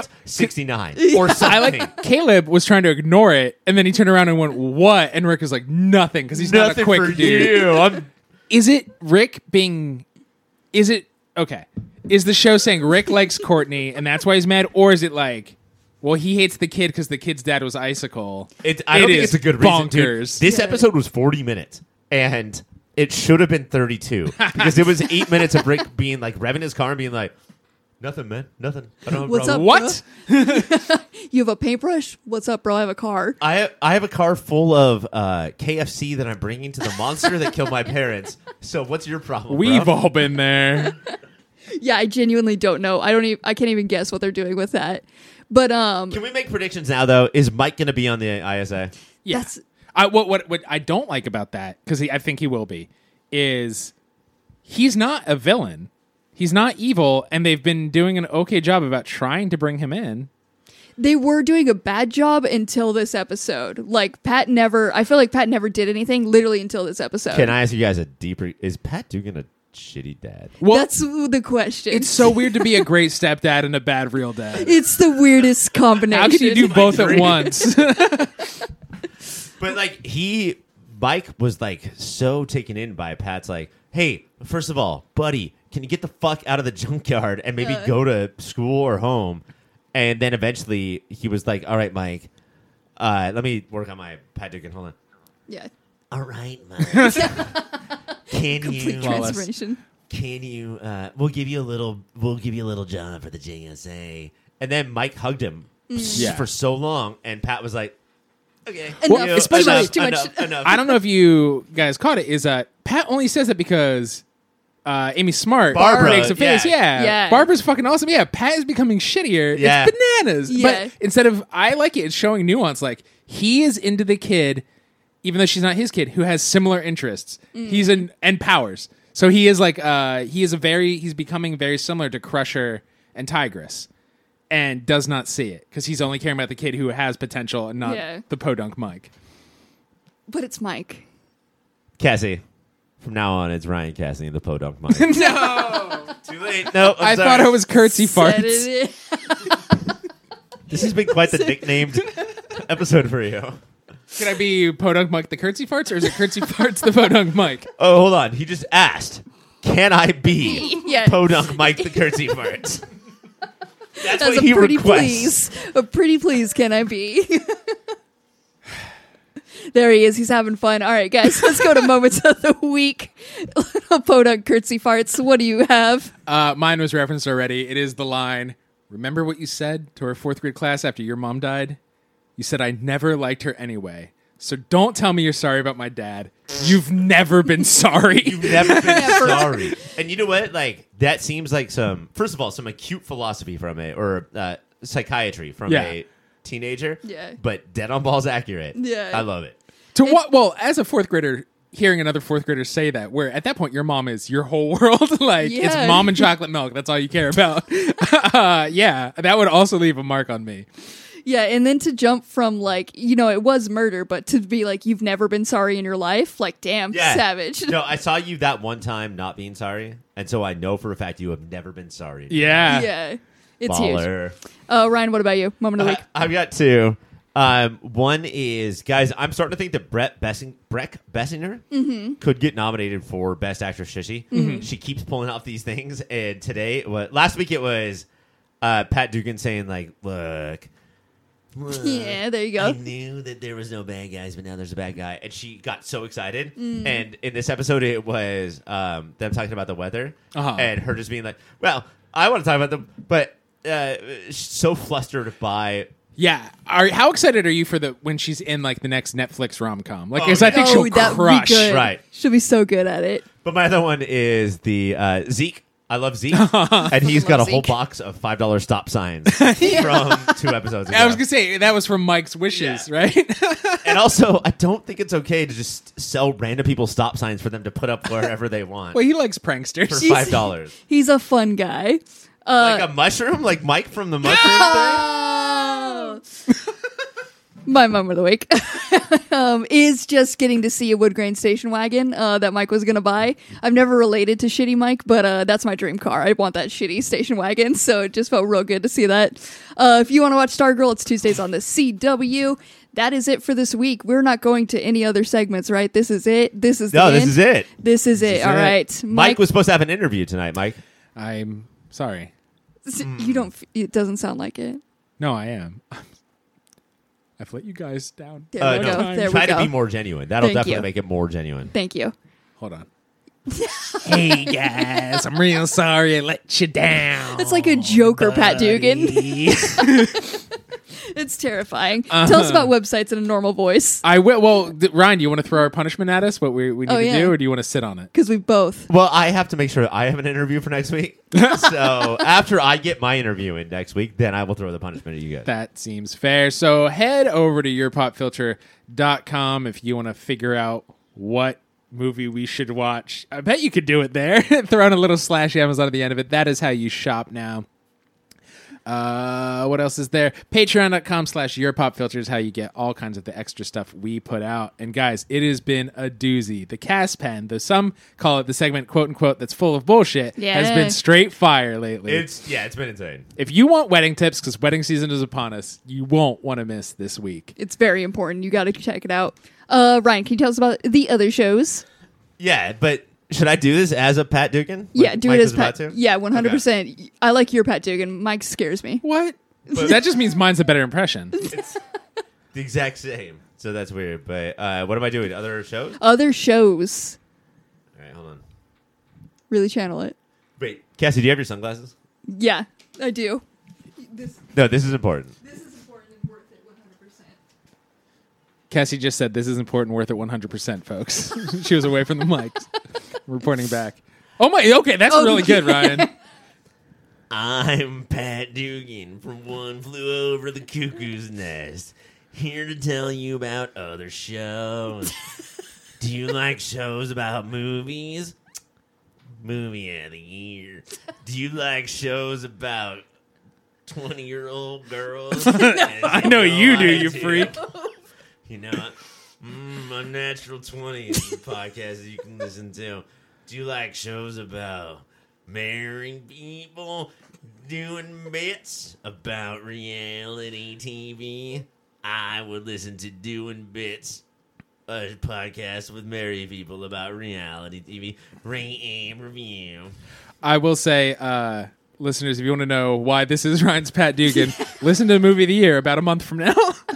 [SPEAKER 1] [laughs]
[SPEAKER 2] sixty nine
[SPEAKER 3] or
[SPEAKER 2] or
[SPEAKER 3] I
[SPEAKER 2] something.
[SPEAKER 3] like Caleb was trying to ignore it, and then he turned around and went, "What?" And Rick was like, "Nothing," because [laughs] he's not a
[SPEAKER 2] Nothing
[SPEAKER 3] quick
[SPEAKER 2] for
[SPEAKER 3] dude.
[SPEAKER 2] you. I'm
[SPEAKER 3] Is it Rick being? Is it okay? Is the show saying Rick likes Courtney and that's why he's mad, or is it like, well, he hates the kid because the kid's dad was icicle?
[SPEAKER 2] It, I don't
[SPEAKER 3] It
[SPEAKER 2] think
[SPEAKER 3] is
[SPEAKER 2] it's a good reason. dude.
[SPEAKER 3] bonkers.
[SPEAKER 2] This episode was 40 minutes, and it should have been 32
[SPEAKER 3] [laughs]
[SPEAKER 2] because it was eight minutes of Rick being like revving his car and being like, "Nothing, man, nothing. I don't have a
[SPEAKER 1] What's
[SPEAKER 2] problem."
[SPEAKER 1] up?
[SPEAKER 3] What?
[SPEAKER 1] You have a paintbrush? What's up, bro? I have a car.
[SPEAKER 2] I I have a car full of uh, KFC that I'm bringing to the monster that killed my parents. So what's your problem?
[SPEAKER 3] We've
[SPEAKER 2] bro?
[SPEAKER 3] all been there.
[SPEAKER 1] Yeah, I genuinely don't know. I don't even I can't even guess what they're doing with that. But um
[SPEAKER 2] Can we make predictions now? Though, is Mike going to be on the ISA?
[SPEAKER 3] Yeah.
[SPEAKER 1] That's-
[SPEAKER 3] I, what what what I don't like about that because I think he will be is he's not a villain. He's not evil, and they've been doing an okay job about trying to bring him in.
[SPEAKER 1] they were doing a bad job until this episode. Like Pat never I feel like Pat never did anything literally until this episode.
[SPEAKER 2] Can I ask you guys a deeper? Is Pat Dugan a shitty dad?
[SPEAKER 3] Well,
[SPEAKER 1] That's the question.
[SPEAKER 3] it's so weird to be a great stepdad and a bad real dad.
[SPEAKER 1] It's the weirdest combination.
[SPEAKER 3] How can you do both at
[SPEAKER 2] Agreed.
[SPEAKER 3] once?
[SPEAKER 2] But like he, Mike was like so taken in by Pat's like, hey, first of all, buddy, can you get the fuck out of the junkyard and maybe
[SPEAKER 1] Yeah.
[SPEAKER 2] go to school or home? And then eventually he was like, all right, Mike, uh, let me work on my Pat Dugan. Hold on.
[SPEAKER 1] Yeah.
[SPEAKER 2] All right,
[SPEAKER 3] [laughs]
[SPEAKER 2] Mike. can
[SPEAKER 1] Complete
[SPEAKER 2] you?
[SPEAKER 3] Wallace.
[SPEAKER 1] transformation.
[SPEAKER 2] Can you? Uh, we'll give you a little. We'll give you a little job for the JSA. And then Mike hugged him s-
[SPEAKER 3] Mm. Yeah.
[SPEAKER 2] for so long, and Pat was like, okay,
[SPEAKER 1] Well,
[SPEAKER 2] you know,
[SPEAKER 1] especially-
[SPEAKER 2] enough,
[SPEAKER 1] too much-
[SPEAKER 2] enough, enough.
[SPEAKER 3] [laughs] I don't know if you guys caught it. Is that Pat only says it because uh, Amy Smart
[SPEAKER 2] Barbara,
[SPEAKER 3] makes a face?
[SPEAKER 2] yeah.
[SPEAKER 3] Yeah.
[SPEAKER 1] Yeah.
[SPEAKER 3] Barbara's fucking awesome. Yeah, Pat is becoming shittier.
[SPEAKER 2] Yeah.
[SPEAKER 3] It's bananas.
[SPEAKER 1] Yeah.
[SPEAKER 3] But instead of I like it, it's showing nuance. Like he is into the kid, even though she's not his kid, who has similar interests. He's in and powers. So he is like uh, he is a very he's becoming very similar to Crusher and Tigress. And does not see it because he's only caring about the kid who has potential and not
[SPEAKER 1] Yeah.
[SPEAKER 3] the podunk Mike.
[SPEAKER 1] But it's Mike.
[SPEAKER 2] Cassie. From now on, it's Ryan Cassie the podunk Mike.
[SPEAKER 3] [laughs] no,
[SPEAKER 2] [laughs] Too late. No,
[SPEAKER 3] i thought it was curtsy
[SPEAKER 1] Said
[SPEAKER 3] farts.
[SPEAKER 1] it [laughs] is.
[SPEAKER 2] This has been
[SPEAKER 3] [laughs]
[SPEAKER 2] quite the nicknamed episode for you.
[SPEAKER 3] Can I be Podunk Mike the curtsy farts, or is it curtsy [laughs] farts the Podunk Mike?
[SPEAKER 2] Oh, hold on. He just asked, "Can I
[SPEAKER 3] [laughs]
[SPEAKER 2] be
[SPEAKER 1] Yeah.
[SPEAKER 2] podunk Mike the curtsy fart?" That's,
[SPEAKER 1] That's
[SPEAKER 2] what
[SPEAKER 1] a
[SPEAKER 2] he
[SPEAKER 1] pretty
[SPEAKER 2] requests.
[SPEAKER 1] please. A pretty please can I be? [laughs] there he is. He's having fun. All right, guys, let's
[SPEAKER 3] [laughs]
[SPEAKER 1] go to moments of the week. [laughs] Little podunk curtsy farts. What do you have?
[SPEAKER 3] Uh, mine was referenced already. It is the line. Remember what you said to our fourth grade class after your mom died? You said I never liked her anyway. So don't tell me you're sorry about my dad. You've
[SPEAKER 1] [laughs]
[SPEAKER 3] never been sorry.
[SPEAKER 2] You've never been sorry. And you know what? Like that seems like some. First of all, some acute philosophy from a or uh, psychiatry from
[SPEAKER 3] Yeah.
[SPEAKER 2] a teenager.
[SPEAKER 1] Yeah.
[SPEAKER 2] But dead on balls accurate.
[SPEAKER 1] Yeah.
[SPEAKER 2] I love it.
[SPEAKER 3] to what? Well, as a fourth grader, hearing another fourth grader say that, where at that point your mom is your whole [laughs] world. like it's
[SPEAKER 1] Yeah.
[SPEAKER 3] mom and chocolate milk. That's all you care about. [laughs] uh, yeah, that would also leave a mark on me.
[SPEAKER 1] Yeah, and then to jump from like, you know, it was murder, but to be like you've never been sorry in your life, like damn,
[SPEAKER 2] Yeah.
[SPEAKER 1] savage.
[SPEAKER 2] No, I saw you that one time not being sorry, and so I know for a fact you have never been sorry.
[SPEAKER 3] Yeah.
[SPEAKER 1] [laughs] Yeah. It's huge.
[SPEAKER 2] Baller.
[SPEAKER 1] Uh, Ryan, what about you? [laughs] Moment of the
[SPEAKER 2] Uh,
[SPEAKER 1] week.
[SPEAKER 2] I've got two. Um, one is, guys, I'm starting to think that Brett Bessing, Breck Bessinger
[SPEAKER 1] Mm-hmm.
[SPEAKER 2] could get nominated for Best Actress Shishi. She keeps pulling off these things, and today, what last week it was uh, Pat Dugan saying like, "Look, look,
[SPEAKER 1] [laughs] Yeah, there you go.
[SPEAKER 2] I knew that there was no bad guys, but now there's a bad guy," and she got so excited.
[SPEAKER 3] Mm.
[SPEAKER 2] And in this episode, it was um, them talking about the weather
[SPEAKER 3] Uh-huh.
[SPEAKER 2] and her just being like, "Well, I want to talk about them," but uh, she's so flustered by
[SPEAKER 3] Yeah. Are, how excited are you for the when she's in like the next Netflix rom com? Like,
[SPEAKER 2] Oh,
[SPEAKER 3] because I think
[SPEAKER 1] Oh,
[SPEAKER 3] she'll
[SPEAKER 1] that'd
[SPEAKER 3] crush.
[SPEAKER 1] be good.
[SPEAKER 2] Right.
[SPEAKER 1] She'll be so good at it.
[SPEAKER 2] But my other one is the uh, Zeke. I love
[SPEAKER 3] [laughs]
[SPEAKER 2] Zeke, and he's got a
[SPEAKER 1] Love
[SPEAKER 2] whole
[SPEAKER 1] Zeke.
[SPEAKER 2] box of five dollar stop signs from two episodes ago.
[SPEAKER 3] I was gonna say that was from Mike's wishes,
[SPEAKER 2] Yeah.
[SPEAKER 3] right? [laughs]
[SPEAKER 2] and also, I don't think it's okay to just sell random people stop signs for them to put up wherever they want
[SPEAKER 3] well, he likes
[SPEAKER 2] for
[SPEAKER 3] pranksters.
[SPEAKER 2] five dollars.
[SPEAKER 1] He's a fun guy. Uh, [laughs]
[SPEAKER 2] Like a mushroom, like Mike from the mushroom thing.
[SPEAKER 1] my moment of the week [laughs] um, is just getting to see a wood grain station wagon uh, that Mike was going to buy. I've never related to shitty Mike, but uh, that's my dream car. I want that shitty station wagon, so it just felt real good to see that. Uh, if you want to watch Stargirl, it's Tuesdays on the CW. That is it for this week. We're not going to any other segments, right? This is it. This is the
[SPEAKER 2] No, this
[SPEAKER 1] end.
[SPEAKER 2] is it.
[SPEAKER 1] This is it.
[SPEAKER 2] This is
[SPEAKER 1] All
[SPEAKER 2] it.
[SPEAKER 1] right,
[SPEAKER 2] Mike was supposed to have an interview tonight, Mike.
[SPEAKER 3] I'm sorry.
[SPEAKER 2] Mm.
[SPEAKER 1] You don't. f- It doesn't sound like it.
[SPEAKER 3] No, I am. [laughs] I've let you guys down.
[SPEAKER 1] There we
[SPEAKER 2] Uh, no,
[SPEAKER 1] go. There we
[SPEAKER 2] try
[SPEAKER 1] go.
[SPEAKER 2] to be more genuine. That'll
[SPEAKER 1] Thank
[SPEAKER 2] definitely
[SPEAKER 1] you.
[SPEAKER 2] make it more genuine.
[SPEAKER 1] Thank you. [laughs]
[SPEAKER 3] Hold on. hey guys, I'm real sorry I let you down.
[SPEAKER 1] That's like a Joker, Pat Dugan. [laughs] it's terrifying.
[SPEAKER 2] Uh-huh.
[SPEAKER 1] Tell us about websites in a normal voice
[SPEAKER 3] [laughs] I will. Well, th- Ryan, do you want to throw our punishment at us? What we, we need
[SPEAKER 1] Oh,
[SPEAKER 3] to
[SPEAKER 1] yeah.
[SPEAKER 3] do, or do you want to sit on it?
[SPEAKER 1] because we both.
[SPEAKER 2] Well, I have to make sure I have an interview for
[SPEAKER 1] [laughs]
[SPEAKER 2] next week. so after I get my interview in next week, then I will throw the punishment at you guys.
[SPEAKER 3] That seems fair. So head over to yourpopfilter.com if you want to figure out what movie we should watch. I bet you could do it there. [laughs] Throw in a little slash Amazon at the end of it. That is how you shop now. Uh, what else is there? Patreon.com slash your pop filter is how you get all kinds of the extra stuff we put out. And guys, it has been a doozy. The cast pen, though some call it the segment quote unquote that's full of bullshit, has
[SPEAKER 1] Yeah.
[SPEAKER 3] been straight fire lately
[SPEAKER 2] It's yeah, it's been insane.
[SPEAKER 3] if you want wedding tips because wedding season is upon us you won't want to miss this week
[SPEAKER 1] It's very important. You got to check it out. Uh, Ryan, can you tell us about the other shows?
[SPEAKER 2] Yeah, but should I do this as a Pat Dugan?
[SPEAKER 1] yeah,
[SPEAKER 2] Like
[SPEAKER 1] do
[SPEAKER 2] Mike
[SPEAKER 1] it as
[SPEAKER 2] was
[SPEAKER 1] Pat.
[SPEAKER 2] about to?
[SPEAKER 1] Yeah, one hundred percent. I like your Pat Dugan. Mike scares me.
[SPEAKER 3] what that just means mine's a better impression
[SPEAKER 2] The exact same. So that's weird. But uh, what am I doing? Other shows?
[SPEAKER 1] Other shows
[SPEAKER 2] All right, hold on.
[SPEAKER 1] really channel it.
[SPEAKER 2] Wait, Cassie, do you have your sunglasses?
[SPEAKER 1] Yeah, I do. This
[SPEAKER 2] No, this is important.
[SPEAKER 1] this is important and worth it. One hundred percent.
[SPEAKER 3] cassie just said this is important worth it 100% folks [laughs] she was away from the mic reporting back oh my okay that's
[SPEAKER 1] Oh,
[SPEAKER 3] really good ryan
[SPEAKER 2] I'm Pat Dugan from One Flew Over the Cuckoo's Nest, here to tell you about other shows. Do you like shows about movies? Movie of the year. Do you like shows about 20 year old
[SPEAKER 3] [laughs]
[SPEAKER 2] girls?
[SPEAKER 3] i know you do you freak
[SPEAKER 2] You know, I- mm, Unnatural 20 is the podcast that you can listen to. Do you like shows about marrying people, doing bits about reality TV? I would listen to Doing Bits, a podcast with married people about reality TV. Rate and review.
[SPEAKER 3] i will say uh listeners if you want to know why this is [laughs] ryan's pat dugan listen to the movie of the year about a month from now [laughs]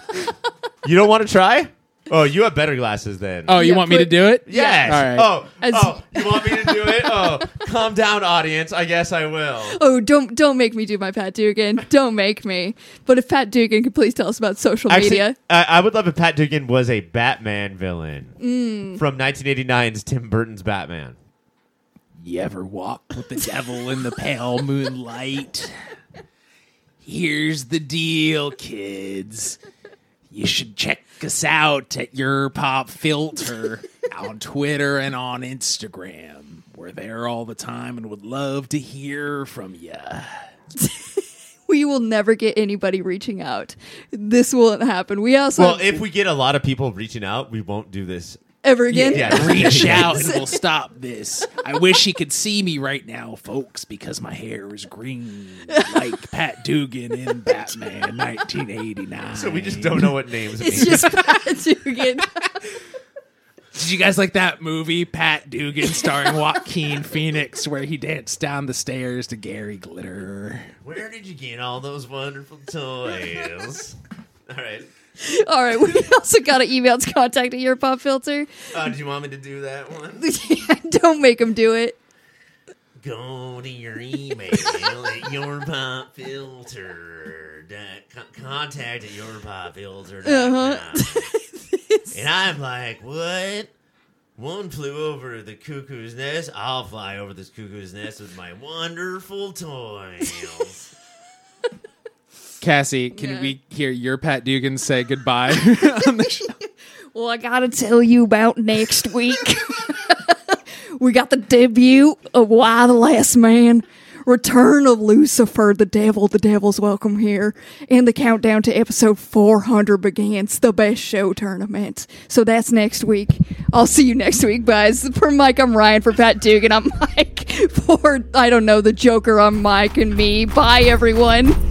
[SPEAKER 2] You don't want to try? Oh, you have better glasses then.
[SPEAKER 3] oh you
[SPEAKER 1] Yeah,
[SPEAKER 3] want me to
[SPEAKER 1] put-
[SPEAKER 3] do it
[SPEAKER 2] Yes.
[SPEAKER 3] All right.
[SPEAKER 2] Oh,
[SPEAKER 1] As-
[SPEAKER 2] oh, you want me to do it? Oh, calm down, audience. I guess I will.
[SPEAKER 1] Oh, don't don't make me do my Pat
[SPEAKER 2] [laughs]
[SPEAKER 1] Dugan. Don't make me. But if Pat Dugan could please tell us about social media.
[SPEAKER 2] I, I would love if Pat Dugan was a Batman villain from 1989's Tim Burton's Batman.
[SPEAKER 3] You ever walked with the devil in the pale moonlight? Here's the deal, kids. You should check us out at Your Pop Filter on Twitter and on Instagram. We're there all the time and would love to hear from you.
[SPEAKER 1] We will never get anybody reaching out. This won't happen. We also
[SPEAKER 2] Well, if we get a lot of people reaching out, we won't do this.
[SPEAKER 1] ever again.
[SPEAKER 2] Yeah.
[SPEAKER 4] reach out and we'll stop this. I wish you could see me right now, folks, because my hair is green like Pat Dugan in Batman 1989.
[SPEAKER 2] So we just don't know what names mean.
[SPEAKER 1] [laughs] It's
[SPEAKER 2] [laughs]
[SPEAKER 1] just Pat Dugan.
[SPEAKER 4] Did you guys like that movie, Pat Dugan,
[SPEAKER 3] [laughs]
[SPEAKER 4] starring Joaquin Phoenix, where he danced down the stairs to Gary Glitter?
[SPEAKER 2] Where did you get all those wonderful [laughs] toys? all right.
[SPEAKER 1] All right. [laughs] We also got an email to contact at your pop filter. [laughs]
[SPEAKER 2] Uh, do you want me to do that one?
[SPEAKER 1] don't make him do it.
[SPEAKER 2] [laughs] Go to your email at your pop filter. Contact at your pop filter. and I'm like, what? One flew over the cuckoo's nest. I'll fly over this cuckoo's nest with my wonderful toys.
[SPEAKER 3] Cassie, can
[SPEAKER 1] Yeah.
[SPEAKER 3] we hear your Pat Dugan say goodbye [laughs] on the show?
[SPEAKER 1] Well, I gotta tell you about next [laughs] week. we got the debut of Why the Last Man. Return of Lucifer, the Devil, the Devil's Welcome Here, and the countdown to episode 400 begins, the best show tournament. So that's next week. I'll see you next week, guys. For Mike, I'm Ryan. For Pat [laughs] Dugan, I'm Mike. For, I don't know, the Joker, I'm Mike and me. Bye, everyone.